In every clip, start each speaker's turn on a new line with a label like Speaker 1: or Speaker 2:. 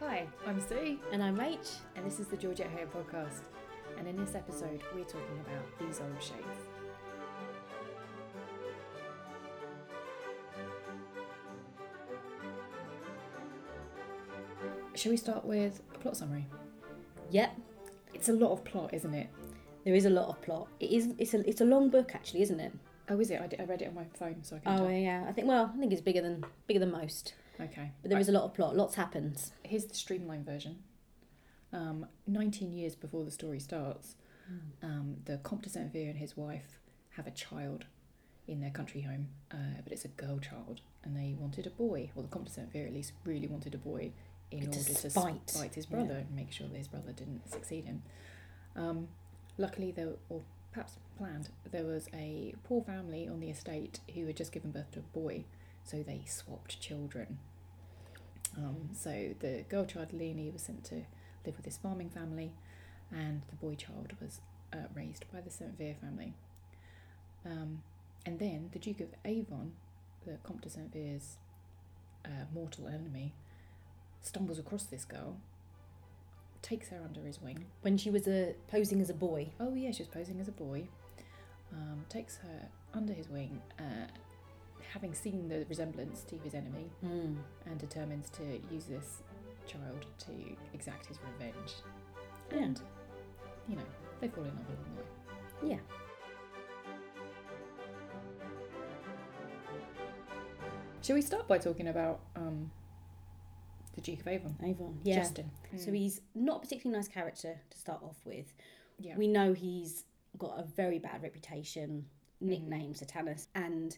Speaker 1: Hi,
Speaker 2: I'm Sue.
Speaker 1: and I'm Rach, and this is the Georgette Hair podcast. And in this episode, we're talking about these old shades. Shall we start with a plot summary?
Speaker 2: Yep,
Speaker 1: It's a lot of plot, isn't it?
Speaker 2: there is a lot of plot. It is. It's a. It's a long book, actually, isn't it?
Speaker 1: Oh, is it? I, did, I read it on my phone, so I can.
Speaker 2: Oh yeah. I think. Well, I think it's bigger than bigger than most.
Speaker 1: tell. okay.
Speaker 2: But there is a lot of plot. Lots happens.
Speaker 1: here's the streamlined version. Um, 19 years before the story starts, um, the Comte de Saint Vier and his wife have a child in their country home, uh, but it's a girl child, and they wanted a boy. Well, the Comte de Saint Vier at least really wanted a boy in
Speaker 2: To
Speaker 1: order to
Speaker 2: spite,
Speaker 1: spite his
Speaker 2: yeah.
Speaker 1: brother and make sure that his brother didn't succeed him. Um, luckily, there or perhaps planned, there was a poor family on the estate who had just given birth to a boy, so they swapped children. Um, so the girl child Leonie was sent to live with his farming family, and the boy child was uh, raised by the St. Vier family. Um, and then the Duke of Avon, the Comte de St. Vier's uh, mortal enemy, stumbles across this girl, takes her under his wing.
Speaker 2: When she was uh, posing as a boy.
Speaker 1: Oh, yeah, she was posing as a boy, um, takes her under his wing, uh, having seen the resemblance to his enemy,
Speaker 2: Mm.
Speaker 1: and determines to use this child to exact his revenge.
Speaker 2: Yeah.
Speaker 1: And, you know, they fall in love along the way.
Speaker 2: Yeah.
Speaker 1: Shall we start by talking about um, the Duke of Avon?
Speaker 2: Avon. Yeah. Hmm.
Speaker 1: Justin. Mm.
Speaker 2: So he's not a particularly nice character to start off with.
Speaker 1: yeah.
Speaker 2: We know he's got a very bad reputation, nicknamed Satanus, and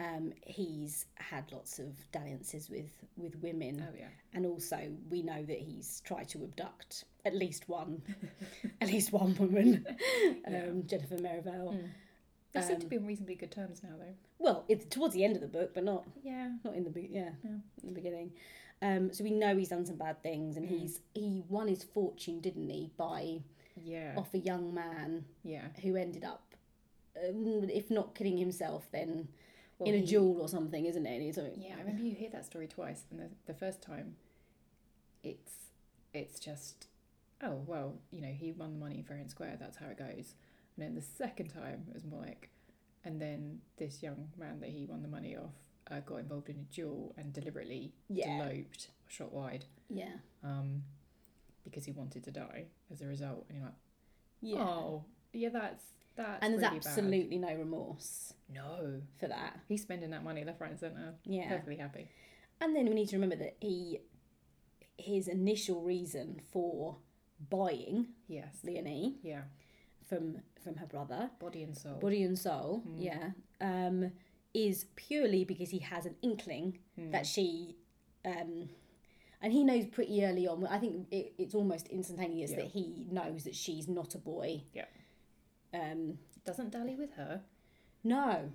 Speaker 2: um, he's had lots of dalliances with with women.
Speaker 1: oh, yeah.
Speaker 2: and also we know that he's tried to abduct at least one at least one woman um,
Speaker 1: Yeah.
Speaker 2: jennifer merivale
Speaker 1: They seem
Speaker 2: Um,
Speaker 1: to be on reasonably good terms now, though.
Speaker 2: well it's towards the end of the book but not
Speaker 1: Yeah.
Speaker 2: not in the be- yeah,
Speaker 1: Yeah.
Speaker 2: in the beginning um, so we know he's done some bad things and he's he won his fortune didn't he by
Speaker 1: Yeah.
Speaker 2: off a young man
Speaker 1: Yeah.
Speaker 2: who ended up um, if not killing himself then
Speaker 1: Well,
Speaker 2: in a
Speaker 1: he-
Speaker 2: duel or something isn't it It's a-
Speaker 1: Yeah, I remember you hear that story twice, and the, the first time, it's it's just, oh well, you know, he won the money fair and square. That's how it goes. And then the second time, it was more like, and then this young man that he won the money off uh, got involved in a duel and deliberately
Speaker 2: yeah
Speaker 1: eloped, shot wide,
Speaker 2: yeah
Speaker 1: um, because he wanted to die as a result. And you're like,
Speaker 2: yeah
Speaker 1: oh, yeah, that's that's
Speaker 2: and there's
Speaker 1: really bad."
Speaker 2: absolutely no remorse
Speaker 1: no.
Speaker 2: for that
Speaker 1: He's spending that money left, right, and centre.
Speaker 2: yeah
Speaker 1: Perfectly happy.
Speaker 2: And then we need to remember that he, his initial reason for buying
Speaker 1: Yes.
Speaker 2: Leonie
Speaker 1: Yeah.
Speaker 2: from from her brother,
Speaker 1: Body and soul.
Speaker 2: body and soul,
Speaker 1: Mm.
Speaker 2: yeah, um, is purely because he has an inkling
Speaker 1: Mm.
Speaker 2: that she, um, and he knows pretty early on. I think it, it's almost instantaneous
Speaker 1: Yeah.
Speaker 2: that he knows that she's not a boy.
Speaker 1: Yeah.
Speaker 2: Um,
Speaker 1: doesn't dally with her.
Speaker 2: No,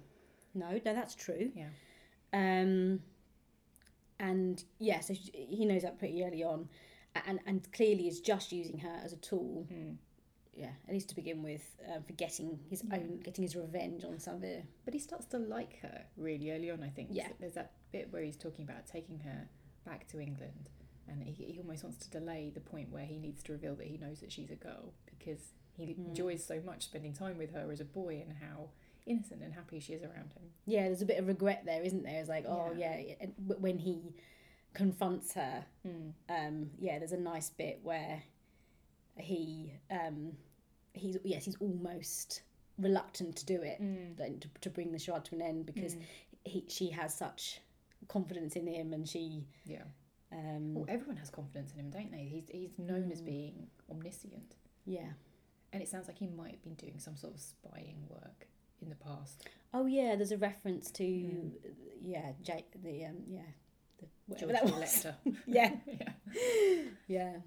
Speaker 2: no, no, that's true.
Speaker 1: Yeah.
Speaker 2: Um, and yeah, so sh- he knows that pretty early on, a- and and clearly is just using her as a tool. Yeah, at least to begin with, um, for getting his
Speaker 1: Yeah.
Speaker 2: own, getting his revenge on Savir.
Speaker 1: But he starts to like her really early on, I think.
Speaker 2: Yeah.
Speaker 1: There's that bit where he's talking about taking her back to England, and he, he almost wants to delay the point where he needs to reveal that he knows that she's a girl because he
Speaker 2: Mm.
Speaker 1: enjoys so much spending time with her as a boy and how innocent and happy she is around him.
Speaker 2: Yeah, there's a bit of regret there, isn't there? It's like, oh
Speaker 1: Yeah.
Speaker 2: yeah, and w- when he confronts her,
Speaker 1: Mm.
Speaker 2: um, yeah, there's a nice bit where he, um, he's yes, he's almost reluctant to do it.
Speaker 1: Mm.
Speaker 2: then to, to bring the charade to an end Mm. because he, she has such confidence in him and she
Speaker 1: Yeah.
Speaker 2: um
Speaker 1: Well, everyone has confidence in him, don't they? He's, he's known
Speaker 2: Mm.
Speaker 1: as being omniscient.
Speaker 2: yeah
Speaker 1: And it sounds like he might have been doing some sort of spying work in the past.
Speaker 2: oh yeah there's a reference to
Speaker 1: Mm.
Speaker 2: yeah Jake the um yeah the, whatever
Speaker 1: George
Speaker 2: that
Speaker 1: the
Speaker 2: was
Speaker 1: Elector.
Speaker 2: yeah
Speaker 1: yeah.
Speaker 2: yeah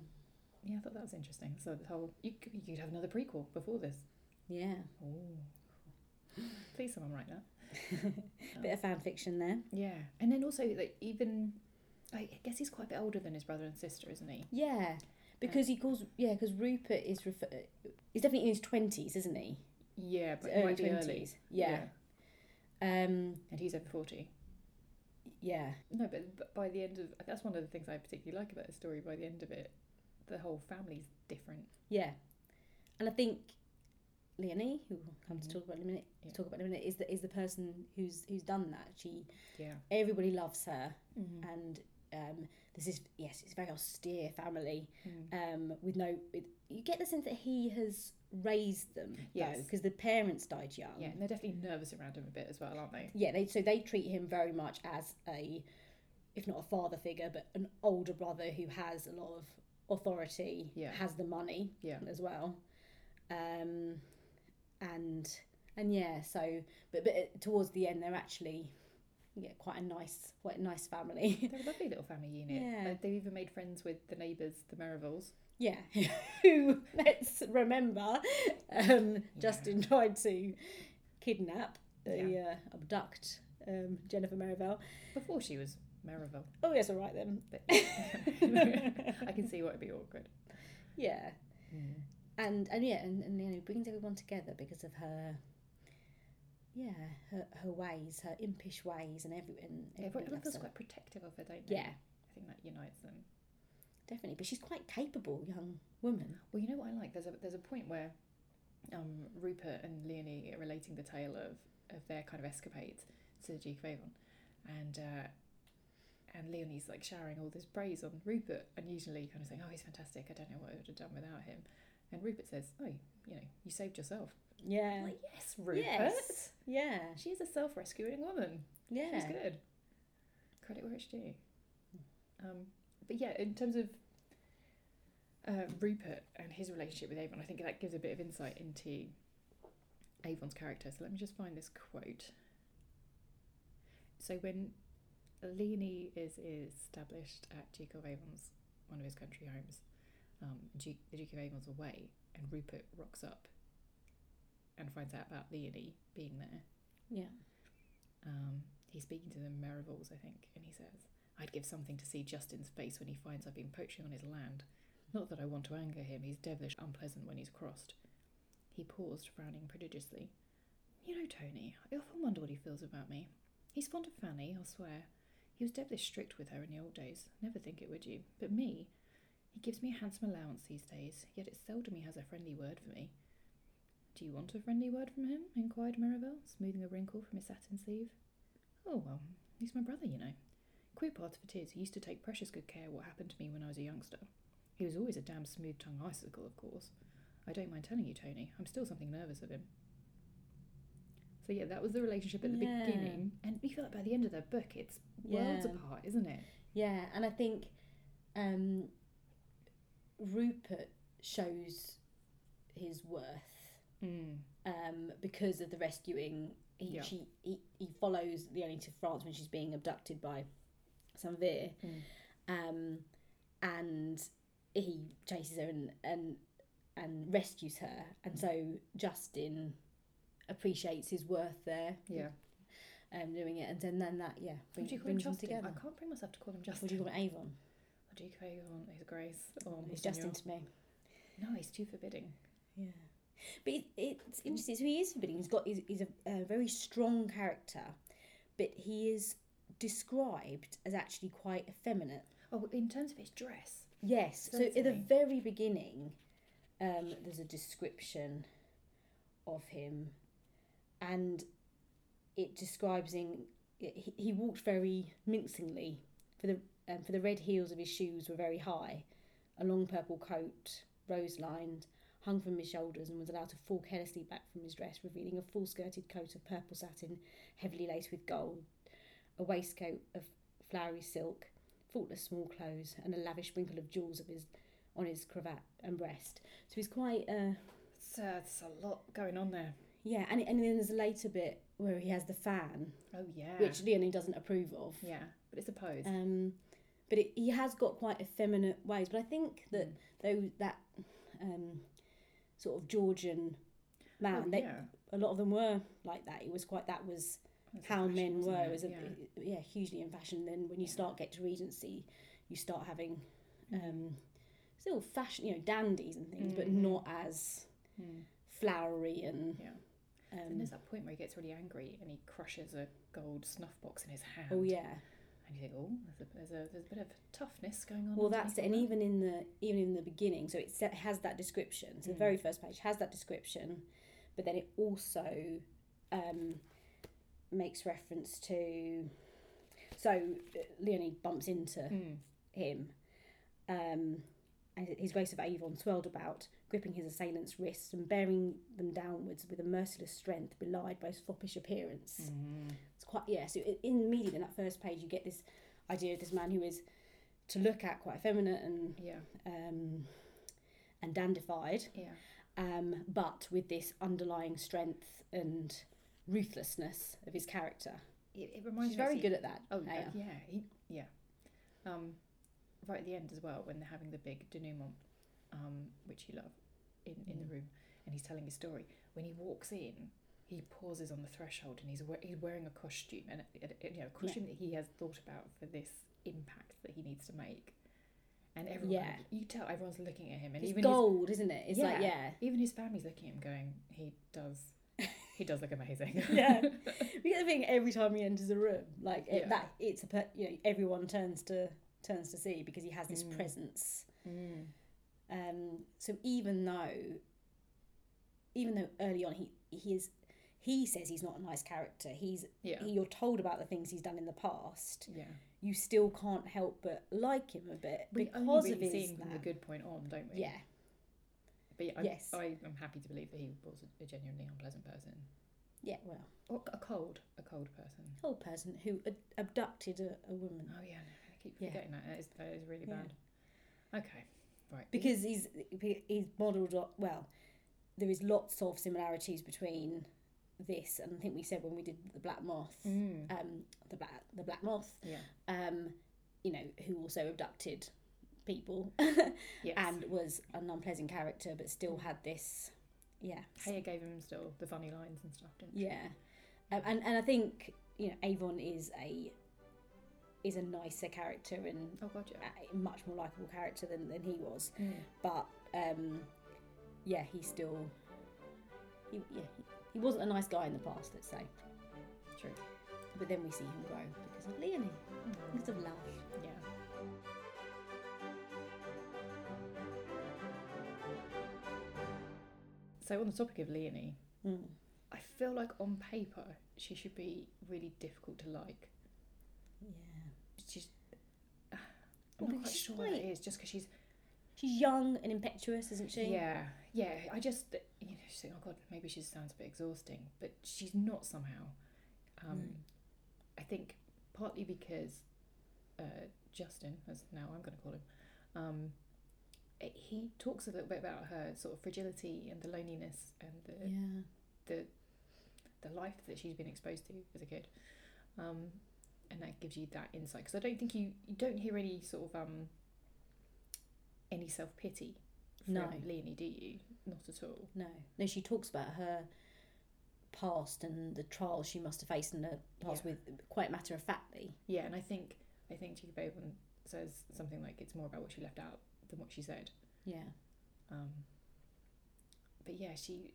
Speaker 1: Yeah, I thought that was interesting. So the whole you c- you could have another prequel before this.
Speaker 2: yeah
Speaker 1: Oh, please someone write that.
Speaker 2: bit of fan fiction there
Speaker 1: Yeah, and then also like even like, I guess he's quite a bit older than his brother and sister, isn't he?
Speaker 2: yeah because he calls yeah because Rupert is refer- he's definitely in his 20s isn't he
Speaker 1: Yeah,
Speaker 2: His
Speaker 1: but
Speaker 2: early
Speaker 1: might be
Speaker 2: 20s
Speaker 1: early.
Speaker 2: yeah um
Speaker 1: and he's over forty.
Speaker 2: yeah,
Speaker 1: No, but but by the end of that's one of the things I particularly like about the story. By the end of it, the whole family's different.
Speaker 2: yeah. And I think Leonie, who we'll come to
Speaker 1: Mhm.
Speaker 2: talk about in a minute,
Speaker 1: Yeah.
Speaker 2: talk about in a minute, is the is the person who's who's done that. She
Speaker 1: Yeah.
Speaker 2: everybody loves her,
Speaker 1: Mm.
Speaker 2: and um, this is yes, it's a very austere family.
Speaker 1: Mm-hmm.
Speaker 2: Um, with no, with, you get the sense that he has raised them, yes,
Speaker 1: Yes.
Speaker 2: because the parents died young.
Speaker 1: Yeah, and they're definitely nervous around him a bit as well, aren't they?
Speaker 2: yeah they so they treat him very much as a if not a father figure but an older brother who has a lot of authority
Speaker 1: Yeah.
Speaker 2: has the money
Speaker 1: Yeah.
Speaker 2: as well um and and yeah so but but it- towards the end they're actually yeah quite a nice quite a nice family
Speaker 1: They're a lovely little family unit.
Speaker 2: Yeah.
Speaker 1: Like, they've even made friends with the neighbours, the Merrivilles.
Speaker 2: yeah who let's remember um justin tried to kidnap they uh, abduct um jennifer merivale
Speaker 1: Before she was Merrivale.
Speaker 2: oh yes all right then
Speaker 1: But I can see why it'd be awkward.
Speaker 2: yeah Mm. and and yeah, and, and you know, brings everyone together because of her, yeah, her, her ways, her impish ways, and every and everyone
Speaker 1: Everyone
Speaker 2: loves
Speaker 1: feels
Speaker 2: her.
Speaker 1: quite protective of her, don't they?
Speaker 2: Yeah,
Speaker 1: I think that unites them.
Speaker 2: definitely. But she's quite capable, young woman.
Speaker 1: Well, you know what I like? There's a there's a point where um, Rupert and Leonie are relating the tale of, of their kind of escapades to Duke of Avon, and uh, and Leonie's like showering all this praise on Rupert, and usually kind of saying, "Oh, he's fantastic. I don't know what I would have done without him." And Rupert says, "Oh, you know, you saved yourself." I'm
Speaker 2: Yeah.
Speaker 1: like, "Yes, Rupert.
Speaker 2: Yes. Yeah.
Speaker 1: She is a self rescuing woman. She's
Speaker 2: Yeah.
Speaker 1: good. Credit where it's due. Um, but yeah, in terms of uh, Rupert and his relationship with Avon, I think that gives a bit of insight into Avon's character. So let me just find this quote. So when Leonie is established at Duke of Avon's, one of his country homes, um, Duke, the Duke of Avon's away, and Rupert rocks up and finds out about Leonie being there.
Speaker 2: Yeah.
Speaker 1: Um, he's speaking to the Merivals, I think, and he says, I'd give something to see Justin's face when he finds I've been poaching on his land. Not that I want to anger him, he's devilish unpleasant when he's crossed. He paused, frowning prodigiously. You know, Tony, I often wonder what he feels about me. He's fond of Fanny, I'll swear. He was devilish strict with her in the old days. Never think it, would you? But me? He gives me a handsome allowance these days, yet it's seldom he has a friendly word for me. Do you want a friendly word from him? inquired Merivale, smoothing a wrinkle from his satin sleeve. Oh, well, he's my brother, you know. Queer part of it is, he used to take precious good care what happened to me when I was a youngster. He was always a damn smooth tongued icicle, of course. I don't mind telling you, Tony, I'm still something nervous of him. So, yeah, that was the relationship at the
Speaker 2: Yeah.
Speaker 1: beginning. And you feel like by the end of the book, it's worlds
Speaker 2: Yeah.
Speaker 1: apart, isn't it?
Speaker 2: Yeah, and I think um, Rupert shows his worth
Speaker 1: Mm.
Speaker 2: um, because of the rescuing. He,
Speaker 1: Yeah.
Speaker 2: she, he, he follows Leonie to France when she's being abducted by Sanvir,
Speaker 1: Mm.
Speaker 2: um, and he chases her and, and and rescues her. And so Justin appreciates his worth there,
Speaker 1: Yeah.
Speaker 2: um, doing it, and then, then that yeah bring,
Speaker 1: Would you call him
Speaker 2: brings them
Speaker 1: Justin?
Speaker 2: together.
Speaker 1: I can't bring myself to call him
Speaker 2: What do
Speaker 1: Justin. Oh,
Speaker 2: you call it, Avon?
Speaker 1: Or do you call him His Grace? Or
Speaker 2: It's
Speaker 1: Monsignor?
Speaker 2: Justin to me.
Speaker 1: No, he's too forbidding.
Speaker 2: Yeah. But it, it's interesting. So he is forbidding. He's got he's, he's a, a very strong character, but he is described as actually quite effeminate.
Speaker 1: Oh, in terms of his dress.
Speaker 2: Yes. So at
Speaker 1: Certainly.
Speaker 2: the very beginning, um, there's a description of him, and it describes him. He, he walked very mincingly, for the um, for the red heels of his shoes were very high. A long purple coat, rose lined, hung from his shoulders and was allowed to fall carelessly back from his dress, revealing a full skirted coat of purple satin, heavily laced with gold, a waistcoat of flowery silk, faultless small clothes, and a lavish sprinkle of jewels of his on his cravat and breast. So he's quite uh,
Speaker 1: So there's a lot going on there.
Speaker 2: yeah, and and then there's a later bit where he has the fan,
Speaker 1: Oh yeah.
Speaker 2: which Leonie doesn't approve of.
Speaker 1: yeah, but it's a pose.
Speaker 2: Um, but it, he has got quite effeminate ways. But I think that
Speaker 1: Mm.
Speaker 2: though that um, sort of Georgian man,
Speaker 1: oh,
Speaker 2: um, they,
Speaker 1: yeah.
Speaker 2: a lot of them were like that. It was quite that was
Speaker 1: That's a
Speaker 2: how
Speaker 1: fashion,
Speaker 2: men
Speaker 1: isn't
Speaker 2: were.
Speaker 1: it?
Speaker 2: It was a,
Speaker 1: yeah.
Speaker 2: yeah, hugely in fashion. Then when you
Speaker 1: Yeah.
Speaker 2: start get to Regency, you start having
Speaker 1: Mm.
Speaker 2: um, still fashion, you know, dandies and things, but
Speaker 1: Mhm.
Speaker 2: not as
Speaker 1: Mm.
Speaker 2: um, flowery and
Speaker 1: Yeah. And
Speaker 2: um,
Speaker 1: there's that point where he gets really angry and he crushes a gold snuff box in his hand.
Speaker 2: oh yeah,
Speaker 1: And you think, oh, there's a, there's a, there's a bit of toughness going on.
Speaker 2: Well, that's it.
Speaker 1: underneath
Speaker 2: And
Speaker 1: all
Speaker 2: even in the even in the beginning, so it sa- has that description. So the
Speaker 1: Mm.
Speaker 2: very first page has that description, but then it also um, makes reference to. So uh, Leonie bumps into
Speaker 1: that. Mm.
Speaker 2: him, um, and his race of Avon swirled about, gripping his assailants' wrists and bearing them downwards with a merciless strength belied by his foppish appearance.
Speaker 1: Mm.
Speaker 2: It's quite yeah. So i- in immediately in that first page, you get this idea of this man who is to look at quite effeminate and
Speaker 1: Yeah,
Speaker 2: um, and dandified,
Speaker 1: yeah.
Speaker 2: um, but with this underlying strength and ruthlessness of his character.
Speaker 1: It, it reminds
Speaker 2: She's
Speaker 1: me.
Speaker 2: very good at that.
Speaker 1: Oh, yeah,
Speaker 2: Aya.
Speaker 1: yeah, he, yeah. Um, right at the end as well, when they're having the big denouement, um, which you love, in, in the
Speaker 2: Mm.
Speaker 1: room, and he's telling his story. When he walks in, he pauses on the threshold, and he's we- he's wearing a costume, and it, it- you know, a costume that he has thought about for this impact that he needs to make. And everyone,
Speaker 2: Yeah.
Speaker 1: you tell everyone's looking at him, and
Speaker 2: It's
Speaker 1: even his,
Speaker 2: gold, isn't it? It's like yeah,
Speaker 1: even his family's looking at him, going, he does, he does look amazing.
Speaker 2: yeah. we get the thing every time he enters a room, like it-
Speaker 1: Yeah.
Speaker 2: that. It's a per- you know everyone turns to turns to see because he has this
Speaker 1: Mm.
Speaker 2: presence.
Speaker 1: Mm.
Speaker 2: Um, so even though, even though early on he he is, he says he's not a nice character. He's
Speaker 1: Yeah,
Speaker 2: he, you're told about the things he's done in the past.
Speaker 1: yeah.
Speaker 2: You still can't help but like him a bit
Speaker 1: We
Speaker 2: because
Speaker 1: only really
Speaker 2: of his
Speaker 1: see him from the
Speaker 2: that.
Speaker 1: good point on, don't we?
Speaker 2: yeah.
Speaker 1: But yeah, I'm,
Speaker 2: Yes.
Speaker 1: I, I'm happy to believe that he was a genuinely unpleasant person.
Speaker 2: Yeah, well,
Speaker 1: Or a cold, a cold person.
Speaker 2: old person who ad- abducted a, a woman
Speaker 1: Oh yeah, no, I keep
Speaker 2: Yeah.
Speaker 1: forgetting that. That is, that is really
Speaker 2: Yeah.
Speaker 1: bad. Okay, right.
Speaker 2: because he's he's modelled on well. There is lots of similarities between this and I think we said when we did the Black Moth,
Speaker 1: Mm.
Speaker 2: um, the black the Black Moth,
Speaker 1: yeah,
Speaker 2: um, you know, who also abducted people
Speaker 1: yes.
Speaker 2: and was an unpleasant character, but still had this, yeah,
Speaker 1: Haya gave him still the funny lines and stuff, didn't she?
Speaker 2: yeah, um, and and I think you know Avon is a is a nicer character and
Speaker 1: Oh god, yeah.
Speaker 2: a much more likable character than, than he was,
Speaker 1: Mm.
Speaker 2: but um, yeah, he still he yeah he, he wasn't a nice guy in the past, let's say,
Speaker 1: True.
Speaker 2: but then we see him grow because of Leonie,
Speaker 1: Mm.
Speaker 2: because of love.
Speaker 1: Yeah. So on the topic of Leonie,
Speaker 2: Mm.
Speaker 1: I feel like on paper she should be really difficult to like.
Speaker 2: Yeah.
Speaker 1: she's.
Speaker 2: Well,
Speaker 1: I'm not
Speaker 2: because
Speaker 1: quite
Speaker 2: she's
Speaker 1: sure what it
Speaker 2: quite-
Speaker 1: is, just because she's.
Speaker 2: She's young and impetuous, isn't she?
Speaker 1: Yeah, yeah. I just, you know, she's like, oh god, maybe she sounds a bit exhausting, but she's not somehow. Um,
Speaker 2: No.
Speaker 1: I think partly because uh, Justin, as now I'm going to call him, um, eh, he talks a little bit about her sort of fragility and the loneliness and the
Speaker 2: Yeah.
Speaker 1: the life that she's been exposed to as a kid, um, and that gives you that insight. Because I don't think you you don't hear any sort of um, any self pity from
Speaker 2: No.
Speaker 1: Leonie, do you? Not at all.
Speaker 2: No, no. She talks about her past and the trials she must have faced in her past
Speaker 1: Yeah.
Speaker 2: with quite matter of factly.
Speaker 1: Yeah, and I think I think Jacob Avon says something like it's more about what she left out than what she said.
Speaker 2: Yeah,
Speaker 1: Um, but yeah, she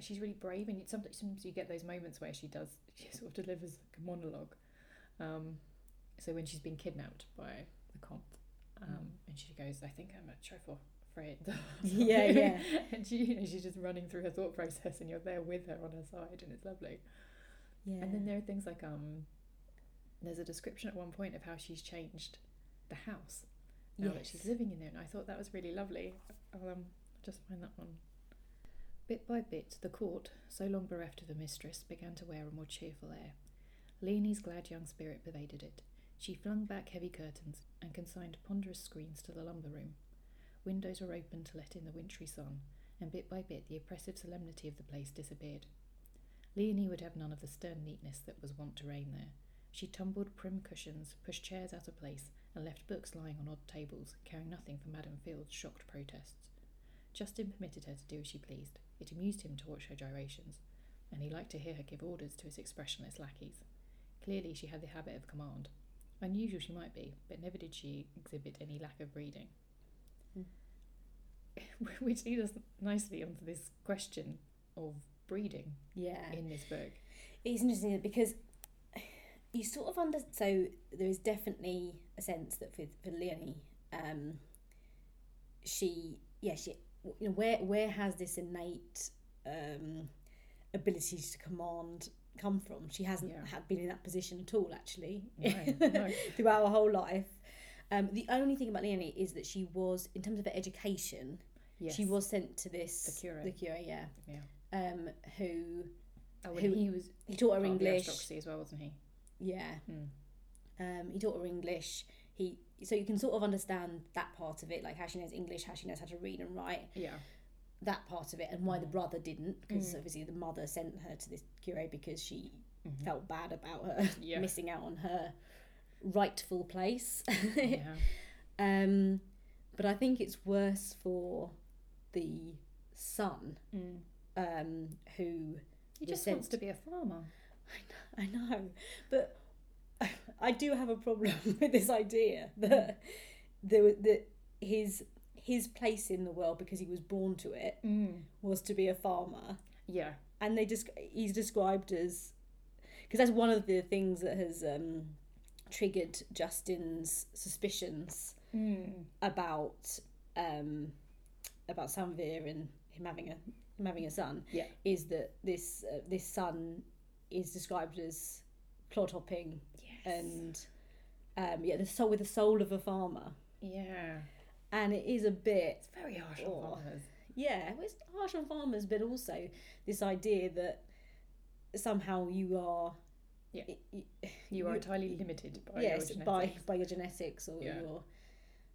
Speaker 1: she's really brave, and sometimes, sometimes you get those moments where she does she sort of delivers like a monologue. Um, so when she's been kidnapped by the comp, um, and she goes, "I think I'm a trifle afraid."
Speaker 2: Mm. Yeah, yeah.
Speaker 1: and she you know she's just running through her thought process, and you're there with her on her side, and it's lovely.
Speaker 2: yeah.
Speaker 1: And then there are things like um, there's a description at one point of how she's changed the house now that she's living in there, and I thought that was really lovely. I'll um, just find that one. Bit by bit, the court, so long bereft of a mistress, began to wear a more cheerful air. Leonie's glad young spirit pervaded it. She flung back heavy curtains and consigned ponderous screens to the lumber room. Windows were open to let in the wintry sun, and bit by bit the oppressive solemnity of the place disappeared. Leonie would have none of the stern neatness that was wont to reign there. She tumbled prim cushions, pushed chairs out of place, and left books lying on odd tables, caring nothing for Madame Field's shocked protests. Justin permitted her to do as she pleased. It amused him to watch her gyrations, and he liked to hear her give orders to his expressionless lackeys. Clearly, she had the habit of command. Unusual she might be, but never did she exhibit any lack of breeding.
Speaker 2: Hmm.
Speaker 1: Which leads us nicely onto this question of breeding
Speaker 2: yeah.
Speaker 1: in this book.
Speaker 2: It's interesting because you sort of under so there is definitely a sense that for, for Leonie, um, she yeah she you know where where has this innate um, ability to command come from? She hasn't
Speaker 1: Yeah.
Speaker 2: had been in that position at all actually
Speaker 1: No, no.
Speaker 2: throughout her whole life. Um, the only thing about Leonie is that she was in terms of her education,
Speaker 1: Yes.
Speaker 2: she was sent to this
Speaker 1: The curate.
Speaker 2: the curate yeah,
Speaker 1: Yeah.
Speaker 2: um, who
Speaker 1: Oh,
Speaker 2: who-
Speaker 1: and he was
Speaker 2: he taught
Speaker 1: part
Speaker 2: her
Speaker 1: of the
Speaker 2: English.
Speaker 1: aristocracy as well, wasn't he?
Speaker 2: Yeah.
Speaker 1: Hmm.
Speaker 2: Um, he taught her English. He so you can sort of understand that part of it, like how she knows English, how she knows how to read and write,
Speaker 1: Yeah.
Speaker 2: that part of it, and
Speaker 1: Hmm.
Speaker 2: why the brother didn't, because
Speaker 1: Mm.
Speaker 2: obviously the mother sent her to this curé because she
Speaker 1: Mhm.
Speaker 2: felt bad about her
Speaker 1: Yeah.
Speaker 2: missing out on her rightful place.
Speaker 1: yeah.
Speaker 2: um, but I think it's worse for the son
Speaker 1: Mm.
Speaker 2: um, who
Speaker 1: He
Speaker 2: was
Speaker 1: just wants
Speaker 2: sent-
Speaker 1: to be a farmer.
Speaker 2: I know, but I do have a problem with this idea that there was that his his place in the world because he was born to it
Speaker 1: Mm.
Speaker 2: was to be a farmer,
Speaker 1: Yeah.
Speaker 2: and they just he's described as because that's one of the things that has um, triggered Justin's suspicions
Speaker 1: Mm.
Speaker 2: about um, about Sanveer and him having a him having a son
Speaker 1: Yeah.
Speaker 2: is that this uh, this son is described as plot hopping
Speaker 1: Yes.
Speaker 2: and um, yeah, the soul with the soul of a farmer,
Speaker 1: yeah.
Speaker 2: and it is a bit
Speaker 1: It's very harsh
Speaker 2: Oh.
Speaker 1: on farmers.
Speaker 2: yeah, well, it's harsh on farmers, but also this idea that somehow you are
Speaker 1: Yeah.
Speaker 2: y- y-
Speaker 1: You are entirely limited by
Speaker 2: yes
Speaker 1: your
Speaker 2: by
Speaker 1: genetics.
Speaker 2: by your genetics or
Speaker 1: Yeah.
Speaker 2: your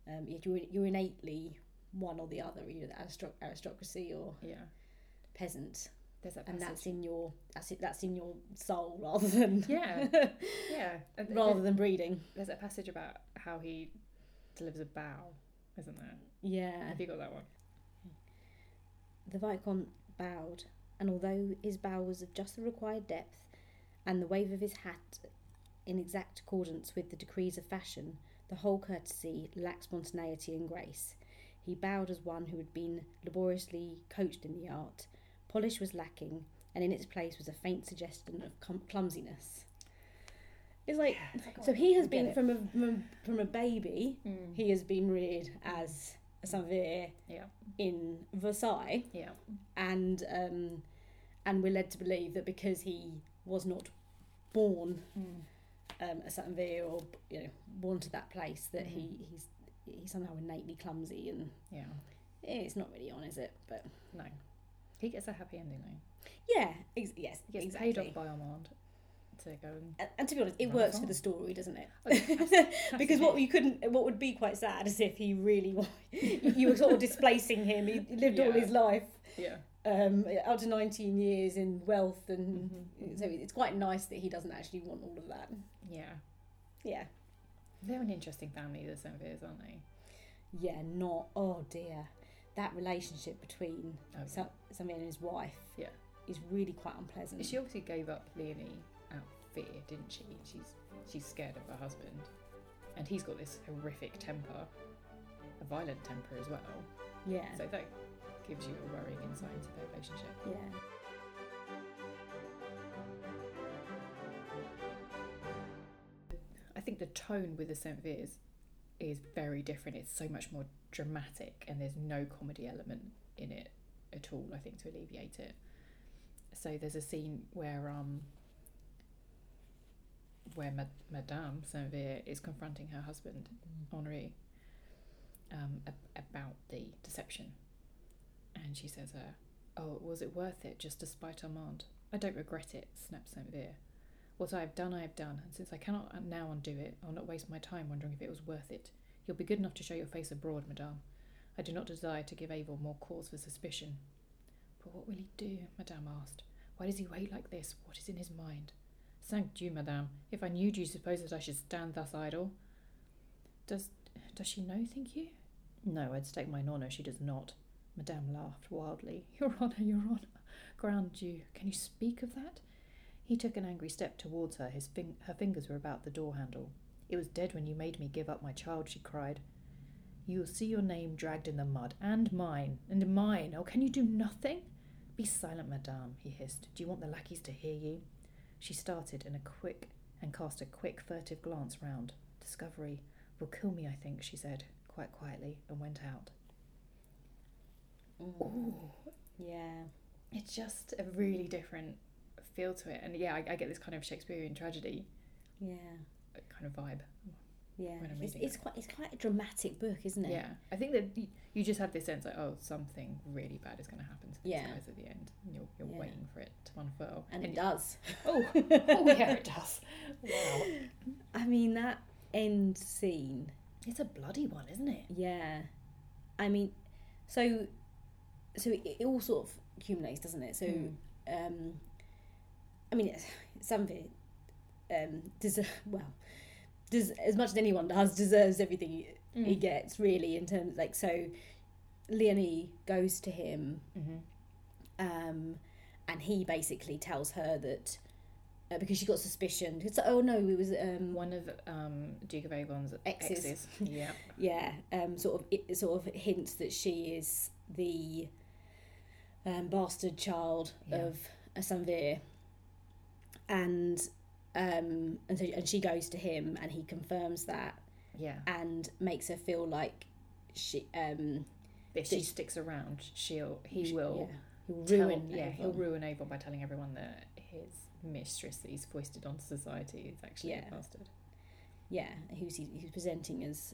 Speaker 2: um, if you're you're innately one or the other, either the aristoc- aristocracy or
Speaker 1: Yeah.
Speaker 2: peasant,
Speaker 1: There's that
Speaker 2: and
Speaker 1: passage.
Speaker 2: that's in your that's it, that's in your soul rather than
Speaker 1: Yeah. yeah. And th-
Speaker 2: rather than breeding.
Speaker 1: There's a passage about how he delivers a bow, isn't there?
Speaker 2: Yeah.
Speaker 1: Have you got that one?
Speaker 2: The Viscount bowed, and although his bow was of just the required depth, and the wave of his hat in exact accordance with the decrees of fashion, the whole courtesy lacked spontaneity and grace. He bowed as one who had been laboriously coached in the art. Polish was lacking, and in its place was a faint suggestion of clum- clumsiness. It's like so he has
Speaker 1: I get
Speaker 2: been
Speaker 1: it.
Speaker 2: from a, from a from a baby.
Speaker 1: Mm.
Speaker 2: He has been reared as a Sanvir
Speaker 1: Yeah.
Speaker 2: in Versailles
Speaker 1: Yeah.
Speaker 2: and um, and we're led to believe that because he was not born
Speaker 1: Mm.
Speaker 2: um, a Satanvir or you know born to that place, that
Speaker 1: Mhm.
Speaker 2: he he's he's somehow innately clumsy and
Speaker 1: Yeah.
Speaker 2: eh, it's not really on, is it? But
Speaker 1: No. He gets a happy ending though.
Speaker 2: yeah, ex- yes,
Speaker 1: He gets
Speaker 2: exactly.
Speaker 1: paid off by Armand to go and
Speaker 2: and, and to be honest, it
Speaker 1: Not
Speaker 2: works
Speaker 1: at
Speaker 2: for the
Speaker 1: all.
Speaker 2: story, doesn't it?
Speaker 1: Oh, yeah, abso-
Speaker 2: because what
Speaker 1: absolutely.
Speaker 2: you couldn't, what would be quite sad is if he really, wa- you were sort of displacing him. He lived all
Speaker 1: Yeah.
Speaker 2: his life
Speaker 1: yeah
Speaker 2: um, out to 19 years in wealth, and
Speaker 1: Mhm.
Speaker 2: so it's quite nice that he doesn't actually want all of that.
Speaker 1: yeah
Speaker 2: Yeah.
Speaker 1: they're an interesting family the Sanviers aren't they
Speaker 2: Yeah, not. Oh dear. That relationship between
Speaker 1: Oh,
Speaker 2: Sa- Samir and his wife
Speaker 1: Yeah.
Speaker 2: is really quite unpleasant.
Speaker 1: she obviously gave up Leonie out of fear didn't she she's she's scared of her husband and he's got this horrific temper a violent temper as well
Speaker 2: yeah.
Speaker 1: so that gives you a worrying insight into their relationship
Speaker 2: Yeah.
Speaker 1: I think the tone with the Saint Viers is very different. It's so much more dramatic, and there's no comedy element in it at all. I think to alleviate it. So there's a scene where um where Ma- Madame Saint Vier is confronting her husband Henri um a- about the deception, and she says, uh, "Oh, was it worth it just to spite Armand? I don't regret it," snaps Saint Vier. What I have done, I have done, and since I cannot un- now undo it, I'll not waste my time wondering if it was worth it. You'll be good enough to show your face abroad, madame. I do not desire to give Avon more cause for suspicion. But what will he do? Madame asked. Why does he wait like this? What is in his mind? Thank you, madame. If I knew, do you suppose that I should stand thus idle? Does does she know, think you? No, I'd stake my nonno she does not. Madame laughed wildly. Your honour, your honour. Grand Dieu, can you speak of that? He took an angry step towards her. His fing- her fingers were about the door handle. It was dead when you made me give up my child, she cried. You'll see your name dragged in the mud, and mine, and mine. Oh, can you do nothing? Be silent, madame, he hissed. Do you want the lackeys to hear you? She started, and a quick and cast a quick, furtive glance round. Discovery will kill me, I think, she said, quite quietly, and went out.
Speaker 2: Mm.
Speaker 1: Ooh.
Speaker 2: Yeah.
Speaker 1: It's just a really different feel to it. And yeah, I, I get this kind of Shakespearean tragedy
Speaker 2: Yeah.
Speaker 1: uh, kind of vibe.
Speaker 2: Yeah.
Speaker 1: When I'm
Speaker 2: It's,
Speaker 1: reading
Speaker 2: it's quite it's quite a dramatic book, isn't it?
Speaker 1: Yeah. I think that y- you just have this sense like, oh, something really bad is going to happen to these
Speaker 2: Yeah.
Speaker 1: guys at the end. And you're, you're
Speaker 2: Yeah.
Speaker 1: waiting for it to unfurl.
Speaker 2: And it does.
Speaker 1: Oh, oh, yeah, it does. Wow.
Speaker 2: I mean that end scene.
Speaker 1: It's a bloody one, isn't it?
Speaker 2: Yeah. I mean, so so it, it all sort of accumulates, doesn't it? So
Speaker 1: Mm.
Speaker 2: um, I mean, it's- some of it um, deserve well, does as much as anyone does deserves everything he,
Speaker 1: Mm.
Speaker 2: he gets really in terms like so. Leonie goes to him,
Speaker 1: hmm
Speaker 2: um, and he basically tells her that uh, because she got suspicion. It's oh no, it was um,
Speaker 1: One of um, Duke of Aegon's
Speaker 2: Exes.
Speaker 1: exes. yeah.
Speaker 2: yeah, um, sort of it sort of hints that she is the um, bastard child
Speaker 1: Yeah.
Speaker 2: of a Sanveer, and um, and so and she goes to him, and he confirms that,
Speaker 1: Yeah.
Speaker 2: and makes her feel like she um,
Speaker 1: If she
Speaker 2: This-
Speaker 1: sticks around, she'll he will
Speaker 2: yeah, he'll
Speaker 1: tell-
Speaker 2: ruin
Speaker 1: yeah, he'll
Speaker 2: everyone.
Speaker 1: ruin Avon by telling everyone that his mistress that he's foisted onto society is actually
Speaker 2: Yeah.
Speaker 1: a bastard.
Speaker 2: yeah, who's he, who's presenting as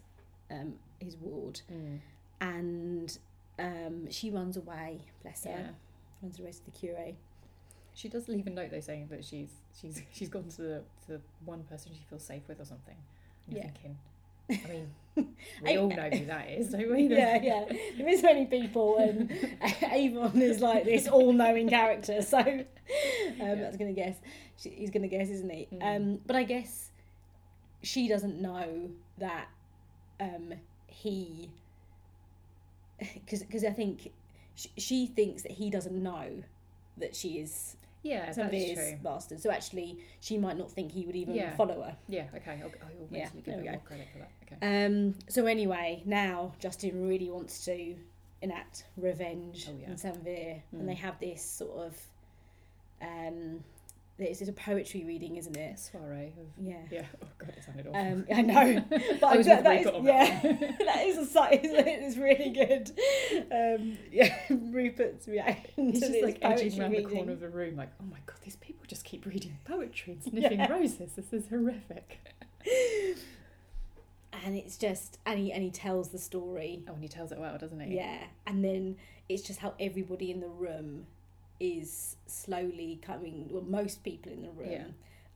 Speaker 2: um, his ward,
Speaker 1: Mm.
Speaker 2: and um, she runs away. Bless her,
Speaker 1: Yeah.
Speaker 2: runs away to the curé.
Speaker 1: She does leave a note though saying that she's she's she's gone to the to the one person she feels safe with or something. And you're
Speaker 2: Yeah.
Speaker 1: thinking I mean we
Speaker 2: I-
Speaker 1: all know who that is, don't we?
Speaker 2: Yeah, yeah. There is many people, and Avon is like this all-knowing character. So um, that's gonna guess. She, he's gonna guess, isn't he?
Speaker 1: Mm.
Speaker 2: Um, but I guess she doesn't know that um, he, because because I think she, she thinks that he doesn't know that she is
Speaker 1: Yeah, that's
Speaker 2: somebody's
Speaker 1: true.
Speaker 2: bastard. So actually, she might not think he would even
Speaker 1: Yeah.
Speaker 2: follow her.
Speaker 1: Yeah, okay. I'll, I'll
Speaker 2: Yeah,
Speaker 1: mentally give
Speaker 2: there
Speaker 1: her
Speaker 2: we go.
Speaker 1: more credit for that. Okay.
Speaker 2: Um, so anyway, now Justin really wants to enact revenge
Speaker 1: Oh, yeah.
Speaker 2: on Sanveer,
Speaker 1: Mm.
Speaker 2: and they have this sort of um, it's just a poetry reading, isn't it?
Speaker 1: Soiree of
Speaker 2: Yeah.
Speaker 1: Yeah. Oh god, it sounded awful.
Speaker 2: Um, I know, but
Speaker 1: I was with
Speaker 2: that, that is,
Speaker 1: Rupert on
Speaker 2: yeah,
Speaker 1: that one.
Speaker 2: that is a sight. Isn't it? It's really good. Um, yeah, Rupert's reaction
Speaker 1: He's
Speaker 2: to
Speaker 1: just
Speaker 2: this
Speaker 1: like
Speaker 2: poetry
Speaker 1: edging around the corner
Speaker 2: reading.
Speaker 1: of the room, like, oh my god, these people just keep reading poetry and sniffing roses. This is horrific.
Speaker 2: and it's just and he and he tells the story.
Speaker 1: Oh, and he tells it well, doesn't he?
Speaker 2: Yeah, and then it's just how everybody in the room is slowly coming. Well, most people in the room
Speaker 1: Yeah.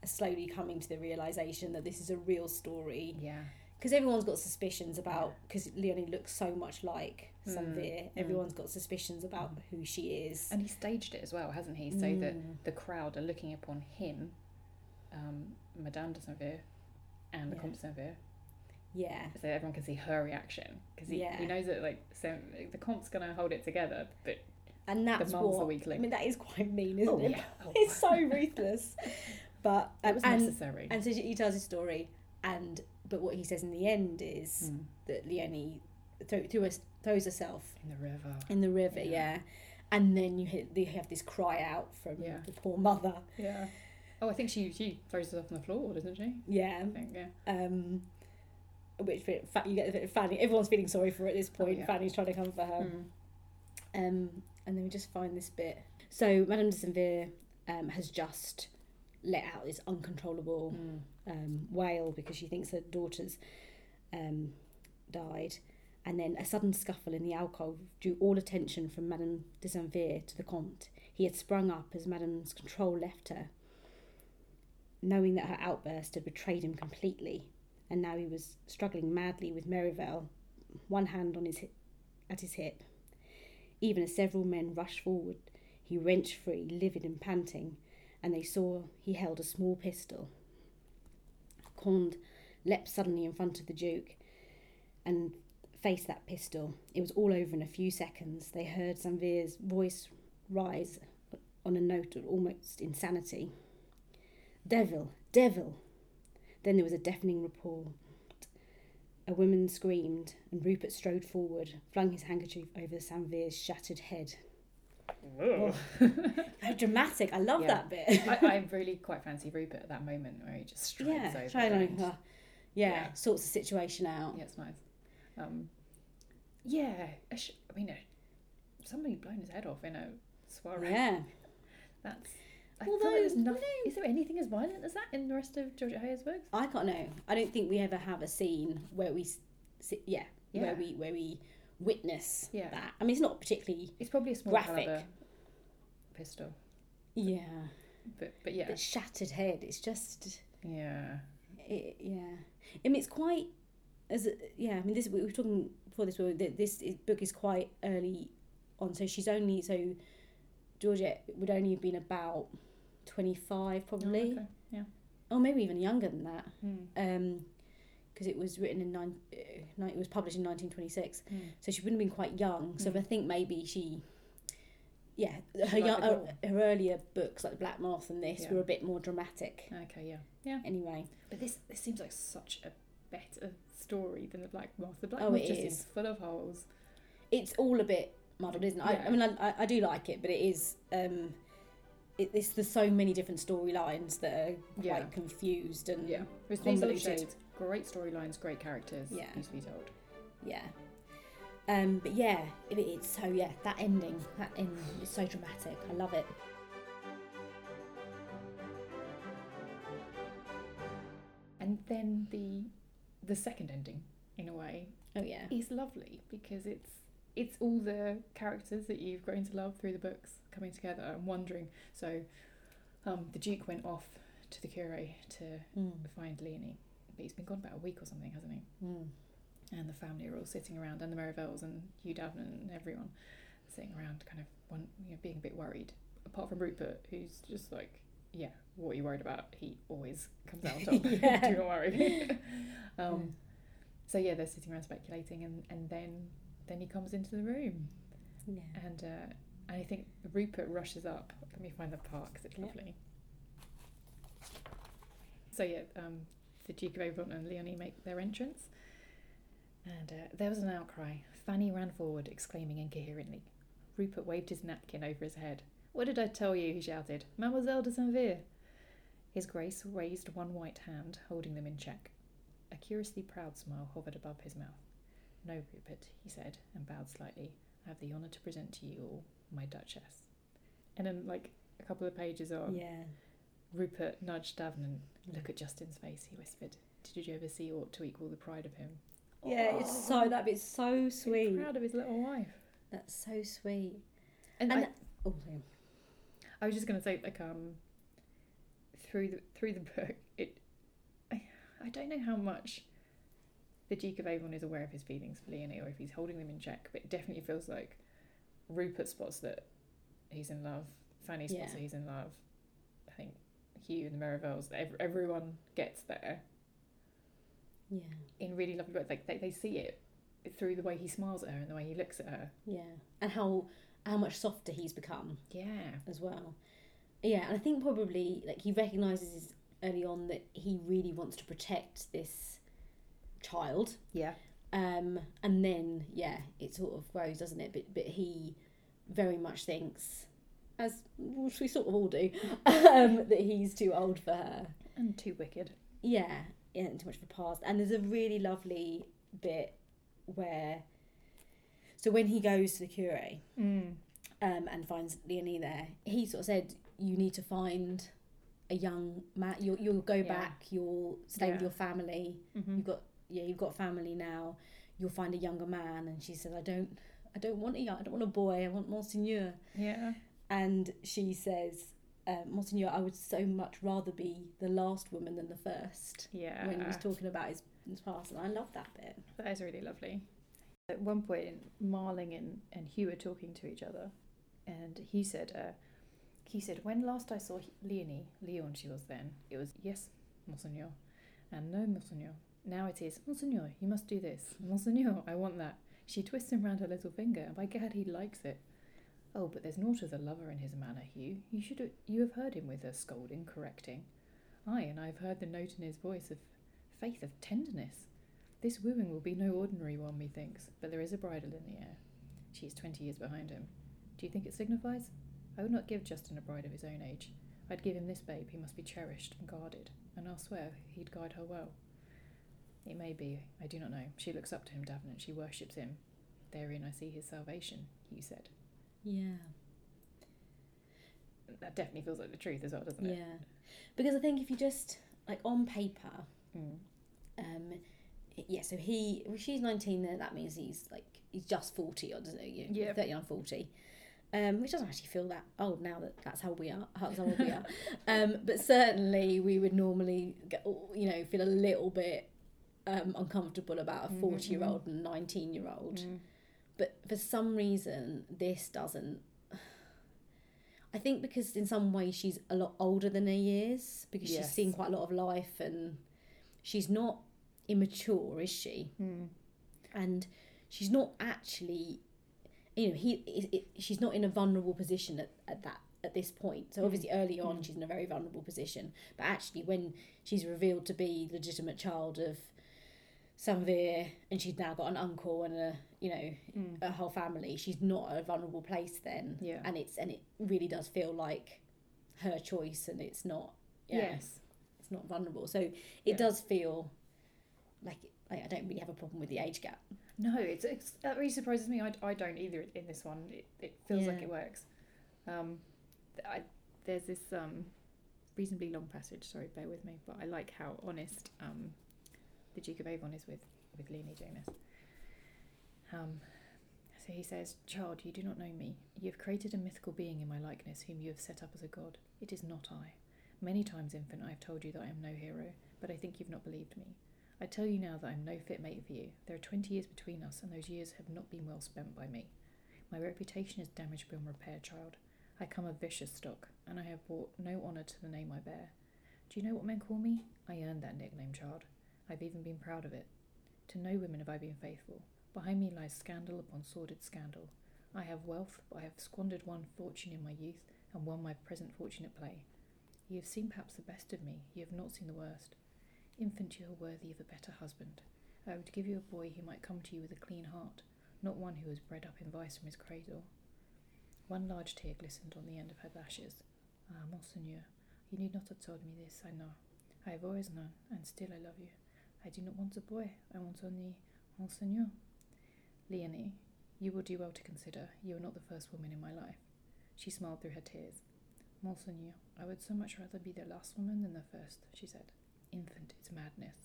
Speaker 2: are slowly coming to the realization that this is a real story
Speaker 1: Yeah.
Speaker 2: because everyone's got suspicions about because Leonie looks so much like
Speaker 1: Mm,
Speaker 2: Sanveer.
Speaker 1: mm.
Speaker 2: Everyone's got suspicions about who she is.
Speaker 1: And he staged it as well, hasn't he?
Speaker 2: Mm.
Speaker 1: So that the crowd are looking upon him, um, Madame de Saint-Vier, and the
Speaker 2: Yeah.
Speaker 1: Comte de Saint-Vier,
Speaker 2: yeah,
Speaker 1: so everyone can see her reaction. Because he,
Speaker 2: Yeah.
Speaker 1: he knows that, like, Saint- the Comte's going to hold it together, but
Speaker 2: and that's
Speaker 1: the mum's
Speaker 2: what
Speaker 1: the weak
Speaker 2: I
Speaker 1: link.
Speaker 2: mean. That is quite mean, isn't
Speaker 1: oh,
Speaker 2: it?
Speaker 1: yeah. Oh,
Speaker 2: It's so ruthless. But
Speaker 1: it was
Speaker 2: and
Speaker 1: necessary.
Speaker 2: and so she- he tells his story, and but what he says in the end is.
Speaker 1: Mm.
Speaker 2: that Leonie throw, threw us, throws herself
Speaker 1: In the river.
Speaker 2: in the river, yeah.
Speaker 1: Yeah.
Speaker 2: And then you, hit, you have this cry out from
Speaker 1: Yeah.
Speaker 2: the poor mother,
Speaker 1: Yeah. Oh, I think she, she throws herself on the floor, doesn't she?
Speaker 2: yeah.
Speaker 1: I think, yeah.
Speaker 2: Um, which bit, fa- you get a bit of Fanny. Everyone's feeling sorry for her at this point.
Speaker 1: Oh, yeah.
Speaker 2: Fanny's trying to comfort her.
Speaker 1: Mm.
Speaker 2: Um, and then we just find this bit. So Madame de Saint-Vere um, has just let out this uncontrollable
Speaker 1: Mm.
Speaker 2: um, wail because she thinks her daughter's um, died. And then a sudden scuffle in the alcove drew all attention from Madame de Saint-Vere to the Comte. He had sprung up as Madame's control left her, knowing that her outburst had betrayed him completely. And now he was struggling madly with Merivale, one hand on his hi- at his hip. Even as several men rushed forward, he wrenched free, livid and panting, and they saw he held a small pistol. Conde leapt suddenly in front of the Duke and faced that pistol. It was all over in a few seconds. They heard Sanveer's voice rise on a note of almost insanity. Devil, devil! Then there was a deafening report. A woman screamed, and Rupert strode forward, flung his handkerchief over Sanveer's shattered head. Oh. How dramatic! I love
Speaker 1: Yeah.
Speaker 2: that bit.
Speaker 1: I, I really quite fancy Rupert at that moment where he just strides
Speaker 2: yeah,
Speaker 1: over.
Speaker 2: try and,
Speaker 1: and-
Speaker 2: uh, yeah,
Speaker 1: Yeah.
Speaker 2: sorts the situation out.
Speaker 1: Yeah, it's nice. Um, yeah, a sh- I mean, a, somebody blown his head off in a soiree.
Speaker 2: Yeah,
Speaker 1: That's. I feel like
Speaker 2: Although,
Speaker 1: there's nothing. Is there anything as violent as that in the rest of Georgia Hayer's works?
Speaker 2: I can't know. I don't think we ever have a scene where we, s- see, yeah,
Speaker 1: Yeah.
Speaker 2: where we where we witness
Speaker 1: Yeah.
Speaker 2: that. I mean, it's not particularly.
Speaker 1: It's probably a small
Speaker 2: Graphic.
Speaker 1: caliber pistol,
Speaker 2: Yeah,
Speaker 1: but but yeah,
Speaker 2: but shattered head. It's just,
Speaker 1: yeah,
Speaker 2: it, yeah. I mean, it's quite as a- yeah. I mean, this we were talking before this. where that This is- book is quite early on, so she's only so Georgette would only have been about twenty five probably.
Speaker 1: Oh, okay.
Speaker 2: or maybe even younger than that,
Speaker 1: Hmm.
Speaker 2: because Um, it was written in nine, uh, nine, it was published in 1926,
Speaker 1: Mm.
Speaker 2: so she wouldn't have been quite young. So
Speaker 1: Mm.
Speaker 2: I think maybe she, yeah, her,
Speaker 1: like
Speaker 2: young,
Speaker 1: the
Speaker 2: her, her earlier books like Black Moth and this
Speaker 1: Yeah.
Speaker 2: were a bit more dramatic.
Speaker 1: Okay, yeah, yeah.
Speaker 2: Anyway,
Speaker 1: But this this seems like such a better story than the Black Moth. The Black
Speaker 2: Oh,
Speaker 1: Moth
Speaker 2: it
Speaker 1: just
Speaker 2: is.
Speaker 1: is full of holes.
Speaker 2: it's all a bit muddled, isn't it? I,
Speaker 1: Yeah.
Speaker 2: I mean, I, I- I do like it, but it is. Um, it, it's, there's so many different storylines that are quite
Speaker 1: Yeah.
Speaker 2: confused and
Speaker 1: Yeah, there's these little
Speaker 2: convoluted.
Speaker 1: shades. Great storylines, great characters.
Speaker 2: Yeah.
Speaker 1: beautifully told.
Speaker 2: Yeah. Um, but yeah, it, it's so yeah, that ending, that end is so dramatic. I love it.
Speaker 1: And then the the second ending, in a way,
Speaker 2: Oh yeah.
Speaker 1: is lovely because it's it's all the characters that you've grown to love through the books coming together and wandering. So, um, the Duke went off to the Cure to
Speaker 2: Hmm.
Speaker 1: find Leonie, but he's been gone about a week or something, hasn't he? and the family are all sitting around, and the Merivales and Hugh Davenant and everyone sitting around, kind of one, you know, being a bit worried. Apart from Rupert, who's just like, yeah, what are you worried about? He always comes out on top.
Speaker 2: Yeah.
Speaker 1: Do not worry. um, So yeah, they're sitting around speculating, and, and then then he comes into the room,
Speaker 2: Yeah.
Speaker 1: and uh, and I think Rupert rushes up. Let me find the part because it's
Speaker 2: Yeah.
Speaker 1: lovely. So yeah, um, the Duke of Avon and Leonie make their entrance, and uh, there was an outcry. Fanny ran forward, exclaiming incoherently. Rupert waved his napkin over his head. What did I tell you? he shouted. Mademoiselle de Saint Cyr. His Grace raised one white hand, holding them in check. A curiously proud smile hovered above his mouth. No, Rupert, he said, and bowed slightly. I have the honour to present to you all my Duchess. And then, like, a couple of pages on,
Speaker 2: Yeah.
Speaker 1: Rupert nudged Davenant. Look at Justin's face, he whispered. Did you ever see aught to equal the pride of him?
Speaker 2: Yeah, it's
Speaker 1: Oh.
Speaker 2: so that bit's so
Speaker 1: He's
Speaker 2: sweet.
Speaker 1: proud of his little wife.
Speaker 2: That's so sweet.
Speaker 1: And,
Speaker 2: And
Speaker 1: I,
Speaker 2: that- oh, hang on.
Speaker 1: I was just going to say, like, um, through the through the book, it, I, I don't know how much the Duke of Avon is aware of his feelings for Leonie, or if he's holding them in check. But it definitely feels like Rupert spots that he's in love. Fanny spots
Speaker 2: Yeah.
Speaker 1: that he's in love. I think Hugh and the Merivales. Ev- everyone gets there
Speaker 2: yeah.
Speaker 1: in really lovely words. Like they, they see it through the way he smiles at her and the way he looks at her.
Speaker 2: Yeah. And how how much softer he's become
Speaker 1: Yeah.
Speaker 2: as well. Yeah, and I think probably like he recognizes early on that he really wants to protect this child
Speaker 1: Yeah.
Speaker 2: um, and then yeah, it sort of grows, doesn't it? But but he very much thinks, as which we sort of all do, um, that he's too old for her.
Speaker 1: And too wicked.
Speaker 2: Yeah, yeah, and too much of a past. And there's a really lovely bit where, so when he goes to the cure
Speaker 1: Mm.
Speaker 2: um, and finds Leonie there, he sort of said, "You need to find." A young man, you'll, you'll go
Speaker 1: Yeah.
Speaker 2: back. You'll stay with
Speaker 1: Yeah.
Speaker 2: your family
Speaker 1: Mm-hmm.
Speaker 2: you've got yeah you've got family now you'll find a younger man and she says i don't i don't want a young i don't want a boy i want monseigneur
Speaker 1: Yeah.
Speaker 2: and she says uh, monseigneur i would so much rather be the last woman than the first
Speaker 1: Yeah.
Speaker 2: when he was talking about his, his past and i love that bit
Speaker 1: That is really lovely. At one point, Marling and, and Hugh were talking to each other, and he said, uh, he said, when last I saw Leonie, Leon she was then, it was, yes, Monseigneur, and no, Monseigneur. Now it is, Monseigneur, you must do this. Monseigneur, I want that. She twists him round her little finger, and by gad, he likes it. Oh, but there's naught of the lover in his manner, Hugh. You should have, you have heard him with her scolding, correcting. Ay, and I have heard the note in his voice of faith, of tenderness. This wooing will be no ordinary one, methinks, but there is a bridal in the air. She is twenty years behind him. Do you think it signifies? I would not give Justin a bride of his own age. I'd give him this babe who must be cherished and guarded, and I'll swear he'd guide her well. It may be, I do not know. She looks up to him, Davenant, she worships him. Therein I see his salvation, you said.
Speaker 2: Yeah.
Speaker 1: That definitely feels like the truth as well, doesn't it?
Speaker 2: Yeah. Because I think if you just like on paper,
Speaker 1: Mm.
Speaker 2: um, yeah. So he, well, she's nineteen. Then that means he's like he's just forty, or doesn't he?
Speaker 1: Yeah.
Speaker 2: thirty-nine, forty. Um, which doesn't actually feel that old now that that's how we are. That's how old we are. Um, but certainly we would normally, get, you know, feel a little bit um, uncomfortable about a
Speaker 1: Mhm,
Speaker 2: forty-year-old and nineteen-year-old.
Speaker 1: Mm.
Speaker 2: but for some reason this doesn't i think because in some ways she's a lot older than her years because she's
Speaker 1: Yes.
Speaker 2: seen quite a lot of life and she's not immature is she
Speaker 1: Mm.
Speaker 2: and she's not actually you know he it, it, she's not in a vulnerable position at, at that at this point so obviously early on she's in a very vulnerable position but actually when she's revealed to be legitimate child of Sanveer and she's now got an uncle and a you know
Speaker 1: Mm.
Speaker 2: a whole family she's not at a vulnerable place then
Speaker 1: Yeah.
Speaker 2: and it's and it really does feel like her choice and it's not yeah,
Speaker 1: Yes.
Speaker 2: it's not vulnerable so it
Speaker 1: Yeah.
Speaker 2: does feel like like I don't really have a problem with the age gap
Speaker 1: No, it's, it's that really surprises me. I, I don't either in this one. It, it feels like
Speaker 2: Yeah.
Speaker 1: it works. Um, th- I, there's this um, reasonably long passage. Sorry, bear with me, but I like how honest um, the Duke of Avon is with with Leonie Jonas. Um, so he says, "Child, you do not know me. You have created a mythical being in my likeness, whom you have set up as a god. It is not I. Many times, infant, I have told you that I am no hero, but I think you've not believed me." I tell you now that I'm no fit mate for you. There are 20 years between us, and those years have not been well spent by me. My reputation is damaged beyond repair, child. I come of vicious stock, and I have brought no honour to the name I bear. Do you know what men call me? I earned that nickname, child. I've even been proud of it. To no women have I been faithful. Behind me lies scandal upon sordid scandal. I have wealth, but I have squandered one fortune in my youth and one my present fortune at play. You have seen perhaps the best of me, you have not seen the worst. Infant, you are worthy of a better husband. I would give you a boy who might come to you with a clean heart, not one who was bred up in vice from his cradle. One large tear glistened on the end of her lashes. Ah, Monseigneur, you need not have told me this, I know. I have always known, and still I love you. I do not want a boy, I want only Monseigneur. Leonie, you will do well to consider, you are not the first woman in my life. She smiled through her tears. Monseigneur, I would so much rather be the last woman than the first, she said infant, it's madness.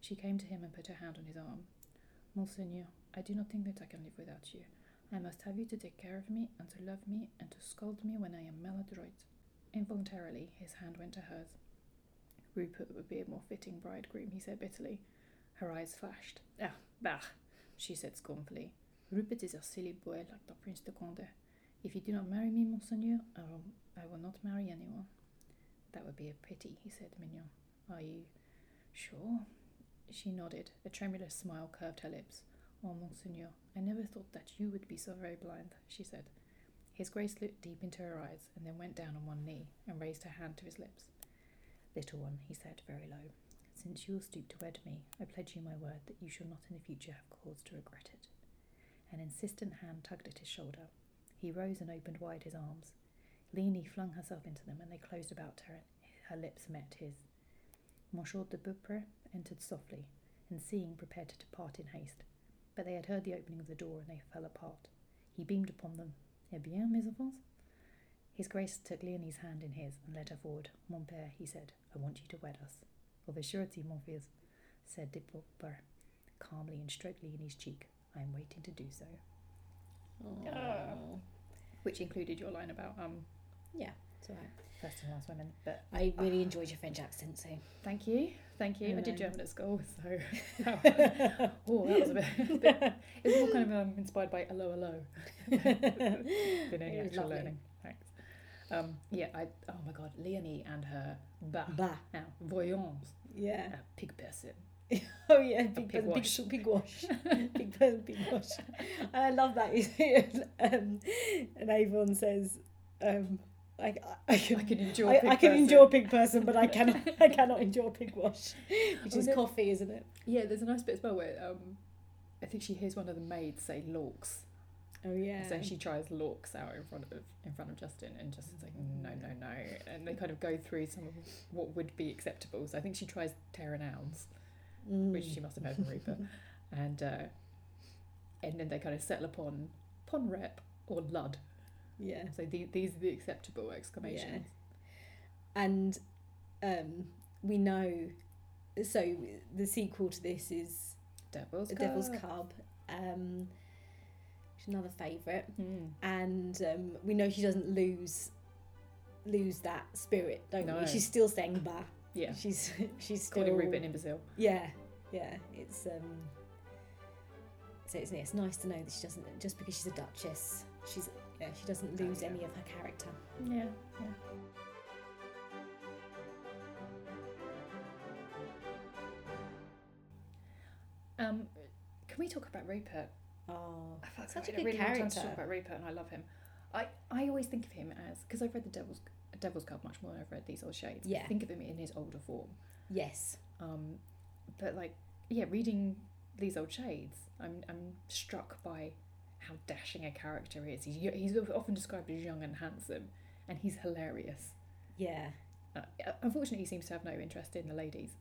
Speaker 1: She came to him and put her hand on his arm. Monseigneur, I do not think that I can live without you. I must have you to take care of me and to love me and to scold me when I am maladroit. Involuntarily, his hand went to hers. Rupert would be a more fitting bridegroom, he said bitterly. Her eyes flashed. Ah, bah, she said scornfully. Rupert is a silly boy like the Prince de Condé. If you do not marry me, Monseigneur, I will, I will not marry anyone. That would be a pity, he said, mignon. Are you sure? She nodded. A tremulous smile curved her lips. Oh, Monseigneur, I never thought that you would be so very blind, she said. His Grace looked deep into her eyes and then went down on one knee and raised her hand to his lips. Little one, he said very low, since you will stoop to wed me, I pledge you my word that you shall not in the future have cause to regret it. An insistent hand tugged at his shoulder. He rose and opened wide his arms. Leanie flung herself into them and they closed about her, and her lips met his. Monsieur de Beaupré entered softly, and seeing, prepared to depart in haste. But they had heard the opening of the door, and they fell apart. He beamed upon them. Eh bien, mes enfants? His Grace took Leonie's hand in his and led her forward. Mon père, he said, I want you to wed us. Of a surety, mon fils, said de Beaupré calmly and stroked Leonie's cheek. I am waiting to do so.
Speaker 2: Oh.
Speaker 1: Which included your line about um
Speaker 2: yeah it's alright
Speaker 1: first and last women, but
Speaker 2: I really enjoyed your French accent so
Speaker 1: Thank you, thank you. I did
Speaker 2: Hello.
Speaker 1: German at school, so that was, oh, that was a bit. a bit it was more kind of um, inspired by hello, hello than any
Speaker 2: It was
Speaker 1: actual
Speaker 2: lovely.
Speaker 1: learning. Thanks. Um, yeah, I oh my god, Leonie and her bah,
Speaker 2: bah
Speaker 1: now, voyance,
Speaker 2: yeah
Speaker 1: a pig person.
Speaker 2: Oh yeah,
Speaker 1: pig
Speaker 2: big big
Speaker 1: wash.
Speaker 2: wash, big, big wash, big bun, big wash. And I love that. You see, um, and Avon says, um, I, I, I can.
Speaker 1: I can endure.
Speaker 2: I,
Speaker 1: pig
Speaker 2: I can
Speaker 1: person.
Speaker 2: endure pig person, but I cannot. I cannot endure pig wash, which
Speaker 1: Oh,
Speaker 2: is
Speaker 1: no.
Speaker 2: coffee, isn't it?
Speaker 1: Yeah, there's a nice bit as well where um, I think she hears one of the maids say "lorks,"
Speaker 2: Oh yeah.
Speaker 1: So she tries Lorks out in front of in front of Justin, and Justin's like, no, no, no, and they kind of go through some of what would be acceptable. So I think she tries Terra nouns,
Speaker 2: Mm.
Speaker 1: which she must have heard from Rupert, and uh, and then they kind of settle upon Ponrep or Lud.
Speaker 2: yeah.
Speaker 1: So the, these are the acceptable exclamations.
Speaker 2: and um, we know so the sequel to this is
Speaker 1: Devil's
Speaker 2: The Devil's Cub, um, which is another favourite,
Speaker 1: Mm.
Speaker 2: and um, we know she doesn't lose lose that spirit, don't
Speaker 1: No.
Speaker 2: we? She's still saying bah.
Speaker 1: Yeah,
Speaker 2: She's she's still
Speaker 1: calling Rupert in Brazil.
Speaker 2: Yeah, yeah. It's um. So it's, it's nice to know that she doesn't just because she's a duchess, she's yeah, she doesn't
Speaker 1: Oh,
Speaker 2: lose
Speaker 1: yeah.
Speaker 2: any of her character.
Speaker 1: Yeah, yeah. Um, can we talk about Rupert?
Speaker 2: Oh,
Speaker 1: I've had
Speaker 2: Such a
Speaker 1: quite long
Speaker 2: good
Speaker 1: time to talk
Speaker 2: character.
Speaker 1: about Rupert, and I love him. I, I always think of him as because I've read the Devil's Devil's Cup much more than I've read these old shades. I
Speaker 2: Yeah.
Speaker 1: think of him in his older form.
Speaker 2: yes,
Speaker 1: Um, but like, yeah, reading these old shades, I'm I'm struck by how dashing a character is. He's, he's often described as young and handsome, and he's hilarious.
Speaker 2: yeah.
Speaker 1: Uh, unfortunately, he seems to have no interest in the ladies.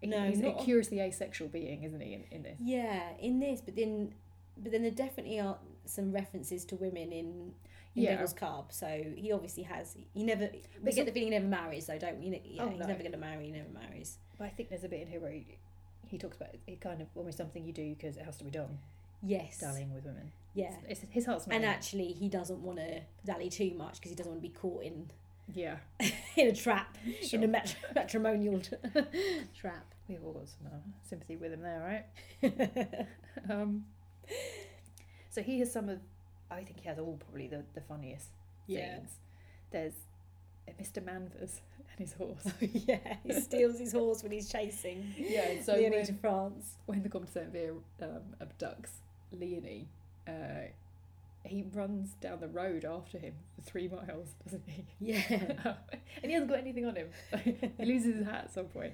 Speaker 1: He-
Speaker 2: No,
Speaker 1: he's
Speaker 2: not-
Speaker 1: a curiously asexual being, isn't he? In, in this,
Speaker 2: Yeah, in this, but then, but then there definitely are some references to women in, in
Speaker 1: Yeah.
Speaker 2: Devil's Carb. So he obviously has. He never. We
Speaker 1: But
Speaker 2: get the feeling he never marries, though, don't we? You know, yeah,
Speaker 1: Oh,
Speaker 2: he's
Speaker 1: no.
Speaker 2: never going to marry. He never marries.
Speaker 1: but I think there's a bit in here where he, he talks about it kind of almost something you do because it has to be done.
Speaker 2: Yes.
Speaker 1: dallying with women.
Speaker 2: Yeah.
Speaker 1: It's, his heart's not.
Speaker 2: And
Speaker 1: in it.
Speaker 2: actually, he doesn't want to dally too much because he doesn't want to be caught in
Speaker 1: yeah,
Speaker 2: in a trap,
Speaker 1: sure.
Speaker 2: in a matri- matrimonial t- trap.
Speaker 1: we've all got some uh, sympathy with him there, right? um, so he has some of, I think he has all probably the, the funniest scenes. There's uh, Mr. Manvers and his horse.
Speaker 2: yeah. He steals his horse when he's chasing
Speaker 1: yeah, so
Speaker 2: Leonie
Speaker 1: when-
Speaker 2: to France.
Speaker 1: when the Comte Saint Cyr um, abducts Leonie, uh, he runs down the road after him for three miles, doesn't he?
Speaker 2: Yeah.
Speaker 1: and he hasn't got anything on him. he loses his hat at some point.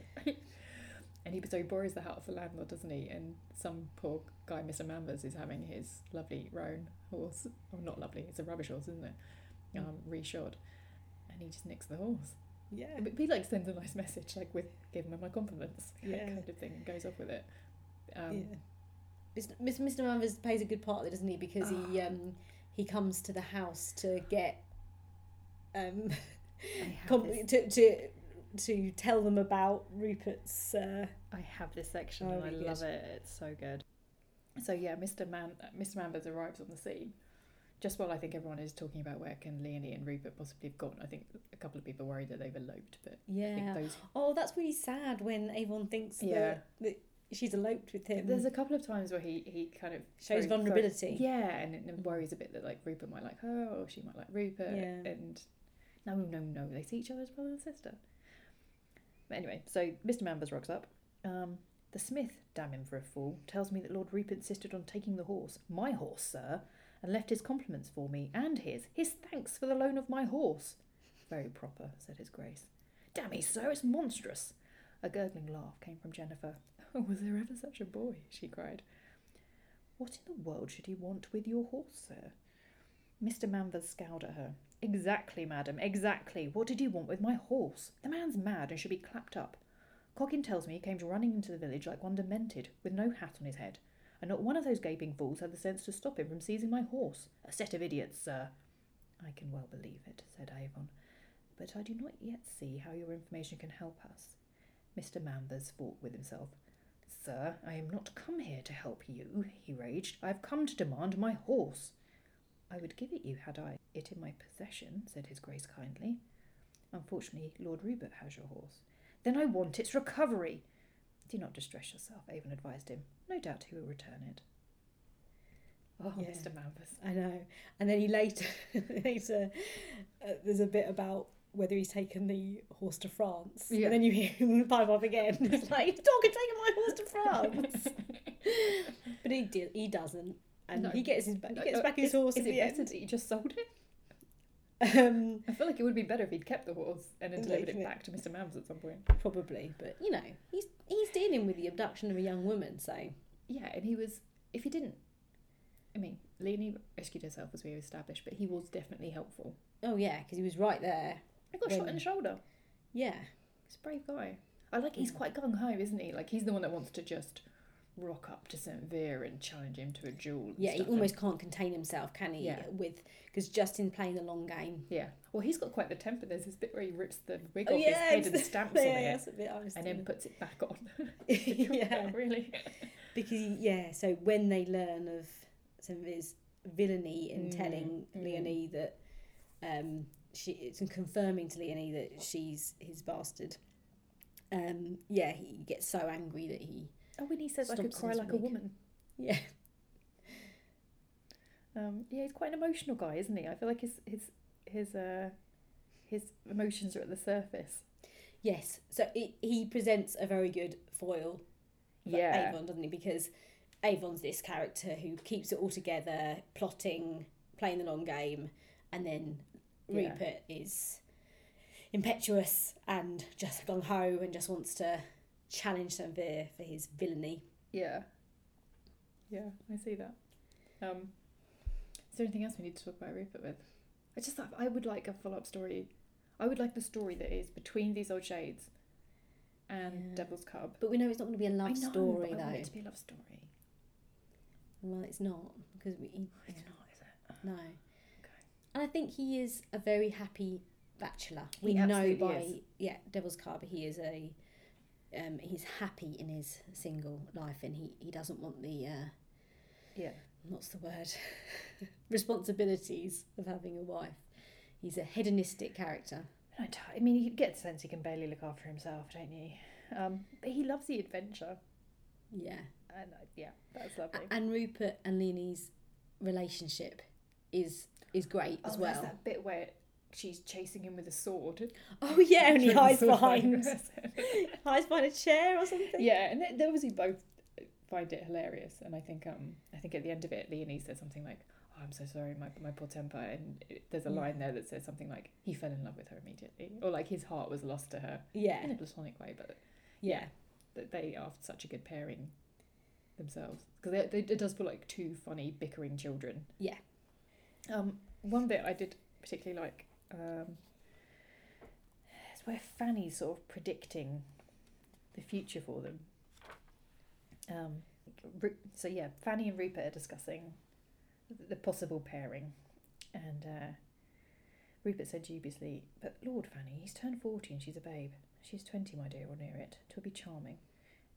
Speaker 1: and he so he borrows the hat off the landlord, doesn't he? And some poor guy, Mr. Manvers, is having his lovely roan horse. Oh, not lovely. It's a rubbish horse, isn't it?
Speaker 2: Mm.
Speaker 1: Um, reshod. And he just nicks the horse.
Speaker 2: Yeah.
Speaker 1: But he like sends a nice message, like with give him my compliments,
Speaker 2: Yeah.
Speaker 1: kind of thing, and goes off with it. Um,
Speaker 2: Mis- Mis- Mr. Manvers plays a good part there, doesn't he? Because he
Speaker 1: Ah.
Speaker 2: um, he comes to the house to get um,
Speaker 1: I have
Speaker 2: com-
Speaker 1: this-
Speaker 2: to, to to tell them about Rupert's. Uh,
Speaker 1: I have this section
Speaker 2: Oh,
Speaker 1: and I
Speaker 2: really
Speaker 1: love it. It's so good. So yeah, Mr. Man, uh, Mr. Manvers arrives on the scene just while I think everyone is talking about where can Leonie and Rupert possibly have gone. I think a couple of people worried that they've eloped, but I think
Speaker 2: yeah.
Speaker 1: those.
Speaker 2: Oh, that's really sad when Avon thinks
Speaker 1: Yeah.
Speaker 2: that, that she's eloped with him.
Speaker 1: There's a couple of times where he he kind of
Speaker 2: Shows
Speaker 1: throw- throw-
Speaker 2: vulnerability.
Speaker 1: yeah, and, and worries a bit that like Rupert might like her or she might like Rupert,
Speaker 2: Yeah.
Speaker 1: and no, no, no, they see each other as brother and sister. But anyway, so Mr. Manvers rocks up. Um, the smith, damn him for a fool, tells me that Lord Rupert insisted on taking the horse, my horse, sir, and left his compliments for me and his, his thanks for the loan of my horse. Very proper, said his grace. Dammy, sir, it's monstrous. A gurgling laugh came from Jennifer. Oh, was there ever such a boy? she cried. What in the world should he want with your horse, sir? Mr. Manvers scowled at her. Exactly, madam, exactly. What did you want with my horse? The man's mad and should be clapped up. Coggin tells me he came running into the village like one demented, with no hat on his head, and not one of those gaping fools had the sense to stop him from seizing my horse. A set of idiots, sir. I can well believe it, said Avon, but I do not yet see how your information can help us. Mr. Manvers fought with himself. Sir, I am not come here to help you, he raged. I have come to demand my horse. I would give it you had I it in my possession, said his grace kindly. Unfortunately, Lord Rupert has your horse. Then I want its recovery. Do not distress yourself, Avon advised him. No doubt he will return it. Oh,
Speaker 2: Yeah.
Speaker 1: Mr. Manvers.
Speaker 2: I know. And then he later later uh, there's a bit about whether he's taken the horse to France.
Speaker 1: Yeah.
Speaker 2: And then you hear him pipe up again. It's like he's talking taking my horse to France. but he do, he doesn't. And
Speaker 1: No.
Speaker 2: he gets his back he
Speaker 1: No,
Speaker 2: gets
Speaker 1: no,
Speaker 2: back his
Speaker 1: is-
Speaker 2: horse
Speaker 1: Is
Speaker 2: at
Speaker 1: it
Speaker 2: the
Speaker 1: better
Speaker 2: end.
Speaker 1: that he just sold it?
Speaker 2: Um,
Speaker 1: I feel like it would be better if he'd kept the horse and then
Speaker 2: And
Speaker 1: delivered
Speaker 2: taken
Speaker 1: it
Speaker 2: it.
Speaker 1: back to Mr. Mams at some point.
Speaker 2: probably, but you know, he's he's dealing with the abduction of a young woman, so
Speaker 1: Yeah, and he was if he didn't I mean, Leonie rescued herself as we established, but he was definitely helpful.
Speaker 2: Oh yeah, because he was right there.
Speaker 1: I got shot in the shoulder.
Speaker 2: Yeah.
Speaker 1: He's a brave guy. I like he's quite gung ho, isn't he? Like he's the one that wants to just rock up to St. Vera and challenge him to a duel. and
Speaker 2: Yeah, he
Speaker 1: stuff, and-
Speaker 2: almost can't contain himself, can he?
Speaker 1: Yeah.
Speaker 2: With because Justin playing the long game.
Speaker 1: Yeah. Well, he's got quite the temper. There's this bit where he rips the wig
Speaker 2: Oh,
Speaker 1: off
Speaker 2: yeah,
Speaker 1: his head and
Speaker 2: it's-
Speaker 1: stamps
Speaker 2: Yeah,
Speaker 1: on it,
Speaker 2: that's a bit. I was
Speaker 1: and then
Speaker 2: thinking-
Speaker 1: puts it back on.
Speaker 2: yeah,
Speaker 1: really.
Speaker 2: because he- yeah. So when they learn of some of his villainy in
Speaker 1: Mm,
Speaker 2: telling
Speaker 1: mm.
Speaker 2: Leonie that um she it's in confirming to Leonie that she's his bastard. Um, yeah, he gets so angry that he
Speaker 1: Oh, when he says I could
Speaker 2: Stomps on
Speaker 1: cry
Speaker 2: his
Speaker 1: like a
Speaker 2: wig.
Speaker 1: woman.
Speaker 2: yeah
Speaker 1: Um, yeah, he's quite an emotional guy, isn't he? I feel like his his his uh his emotions are at the surface.
Speaker 2: yes. So it, he presents a very good foil for
Speaker 1: Yeah.
Speaker 2: Avon, doesn't he? Because Avon's this character who keeps it all together, plotting, playing the long game, and then
Speaker 1: Yeah.
Speaker 2: Rupert is impetuous and just gung ho and just wants to challenge Sanveer for his villainy.
Speaker 1: Yeah. Yeah, I see that. Um, is there anything else we need to talk about Rupert with? I just thought I would like a follow up story. I would like the story that is between these old shades and
Speaker 2: Yeah.
Speaker 1: Devil's Cub.
Speaker 2: But we know it's not going to be a love
Speaker 1: I know,
Speaker 2: story
Speaker 1: but I want
Speaker 2: though.
Speaker 1: it to be a love story.
Speaker 2: Well, it's not because we
Speaker 1: It's not, is it?
Speaker 2: no. And I think he is a very happy bachelor.
Speaker 1: He
Speaker 2: We know
Speaker 1: absolutely
Speaker 2: by
Speaker 1: is.
Speaker 2: yeah, Devil's Carver, he is a um, he's happy in his single life, and he, he doesn't want the uh,
Speaker 1: Yeah.
Speaker 2: what's the word responsibilities of having a wife. He's a hedonistic character.
Speaker 1: I, t- I mean, you get the sense he can barely look after himself, don't you? Um, but he loves the adventure,
Speaker 2: Yeah,
Speaker 1: and uh, yeah, that's
Speaker 2: A-
Speaker 1: lovely.
Speaker 2: and Rupert and Leonie's relationship is is great as
Speaker 1: oh,
Speaker 2: well.
Speaker 1: there's that bit where she's chasing him with a sword.
Speaker 2: Oh yeah, and he
Speaker 1: Through the
Speaker 2: hides
Speaker 1: sword
Speaker 2: behind
Speaker 1: dress.
Speaker 2: hides behind a chair or something.
Speaker 1: yeah, and they, they obviously both find it hilarious. And I think um, I think at the end of it, Leonie says something like, "Oh, I'm so sorry, my my poor temper." And it, there's a
Speaker 2: Yeah.
Speaker 1: line there that says something like, "He fell in love with her immediately," or like his heart was lost to her
Speaker 2: yeah,
Speaker 1: in a platonic way. But
Speaker 2: yeah.
Speaker 1: that they are such a good pairing themselves because they, they, it does feel like two funny bickering children.
Speaker 2: Yeah.
Speaker 1: Um, one bit I did particularly like um, is where Fanny's sort of predicting the future for them. Um, Ru- so yeah, Fanny and Rupert are discussing the possible pairing, and uh, Rupert said dubiously, "But Lord, Fanny, he's turned forty and she's a babe. She's twenty, my dear, or near it. 'Twill be charming.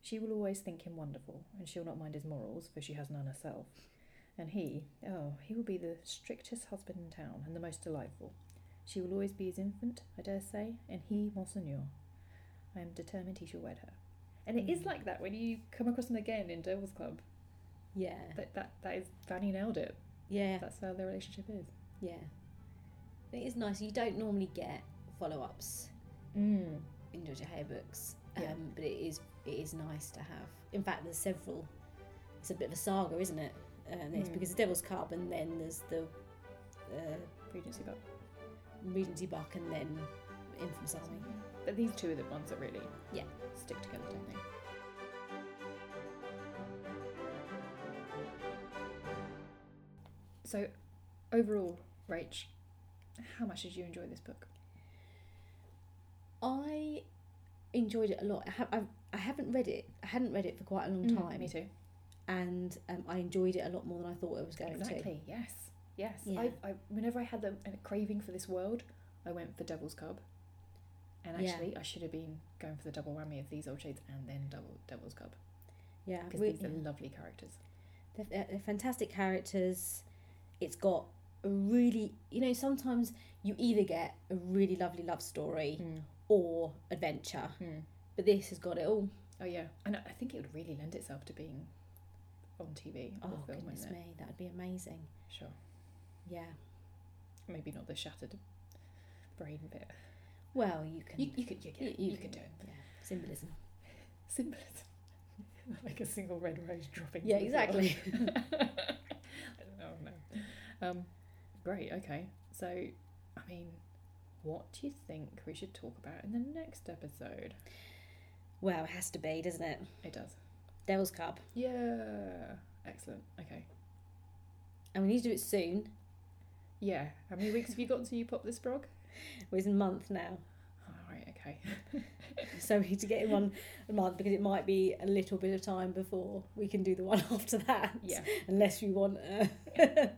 Speaker 1: She will always think him wonderful, and she'll not mind his morals, for she has none herself. And he, oh, he will be the strictest husband in town and the most delightful. She will always be his infant, I dare say, and he, Monseigneur. I am determined he shall wed her. And it is
Speaker 2: Mm.
Speaker 1: like that when you come across them again in Devil's Club.
Speaker 2: Yeah,
Speaker 1: That that, that is Fanny nailed it.
Speaker 2: yeah,
Speaker 1: That's how their relationship is.
Speaker 2: yeah. It is nice. You don't normally get follow-ups
Speaker 1: Mm.
Speaker 2: in Georgia Hay books, um,
Speaker 1: Yeah.
Speaker 2: but it is it is nice to have. In fact, there's several. It's a bit of a saga, isn't it? Um, this
Speaker 1: Mm.
Speaker 2: because the Devil's Cub, and then there's the uh,
Speaker 1: Regency Buck.
Speaker 2: Regency Buck, and then Infamous Army.
Speaker 1: But these two are the ones that really
Speaker 2: Yeah.
Speaker 1: stick together, don't they? So, overall, Rach, how much did you enjoy this book?
Speaker 2: I enjoyed it a lot. I, ha- I, I haven't read it. I hadn't read it for quite a long time,
Speaker 1: Me too.
Speaker 2: and um, I enjoyed it a lot more than I thought I was going to.
Speaker 1: Exactly. Yes. Yes.
Speaker 2: Yeah.
Speaker 1: I, I, whenever I had the, a craving for this world, I went for Devil's Cub. And
Speaker 2: Yeah.
Speaker 1: actually, I should have been going for the double whammy of these old shades and then double Devil's Cub
Speaker 2: Yeah,
Speaker 1: because
Speaker 2: we-
Speaker 1: these are lovely characters.
Speaker 2: They're, they're, they're fantastic characters. It's got a really, you know, sometimes you either get a really lovely love story or adventure, but this has got it all.
Speaker 1: Mm. Oh yeah, and I I think it would really lend itself to being on TV or
Speaker 2: Oh,
Speaker 1: film,
Speaker 2: goodness
Speaker 1: wouldn't it?
Speaker 2: me, that would be amazing.
Speaker 1: Sure,
Speaker 2: Yeah.
Speaker 1: maybe not the shattered brain bit.
Speaker 2: Well, you can.
Speaker 1: You, you could, you,
Speaker 2: you-
Speaker 1: could,
Speaker 2: you
Speaker 1: you
Speaker 2: can
Speaker 1: could do it.
Speaker 2: yeah, symbolism.
Speaker 1: Symbolism, like a single red rose dropping.
Speaker 2: Yeah,
Speaker 1: to the floor.
Speaker 2: exactly.
Speaker 1: oh no. Um, great. Okay. So, I mean, what do you think we should talk about in the next episode?
Speaker 2: Well, it has to be, doesn't it?
Speaker 1: It does.
Speaker 2: Devil's Cub.
Speaker 1: Yeah. Excellent. Okay.
Speaker 2: and we need to do it soon.
Speaker 1: Yeah. How many weeks have you got till you pop this frog?
Speaker 2: We're in a month now,
Speaker 1: All right. Okay.
Speaker 2: so we need to get in one a month because it might be a little bit of time before we can do the one after that.
Speaker 1: Yeah.
Speaker 2: Unless we want a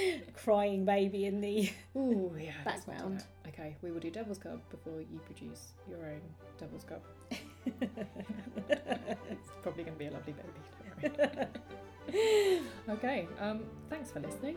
Speaker 2: crying baby in the
Speaker 1: Ooh, yeah. let's not do
Speaker 2: Background.
Speaker 1: that. Okay, we will do Devil's Cup before you produce your own Devil's Cup. it's probably going to be a lovely baby. Don't worry. okay. Um. Thanks for listening.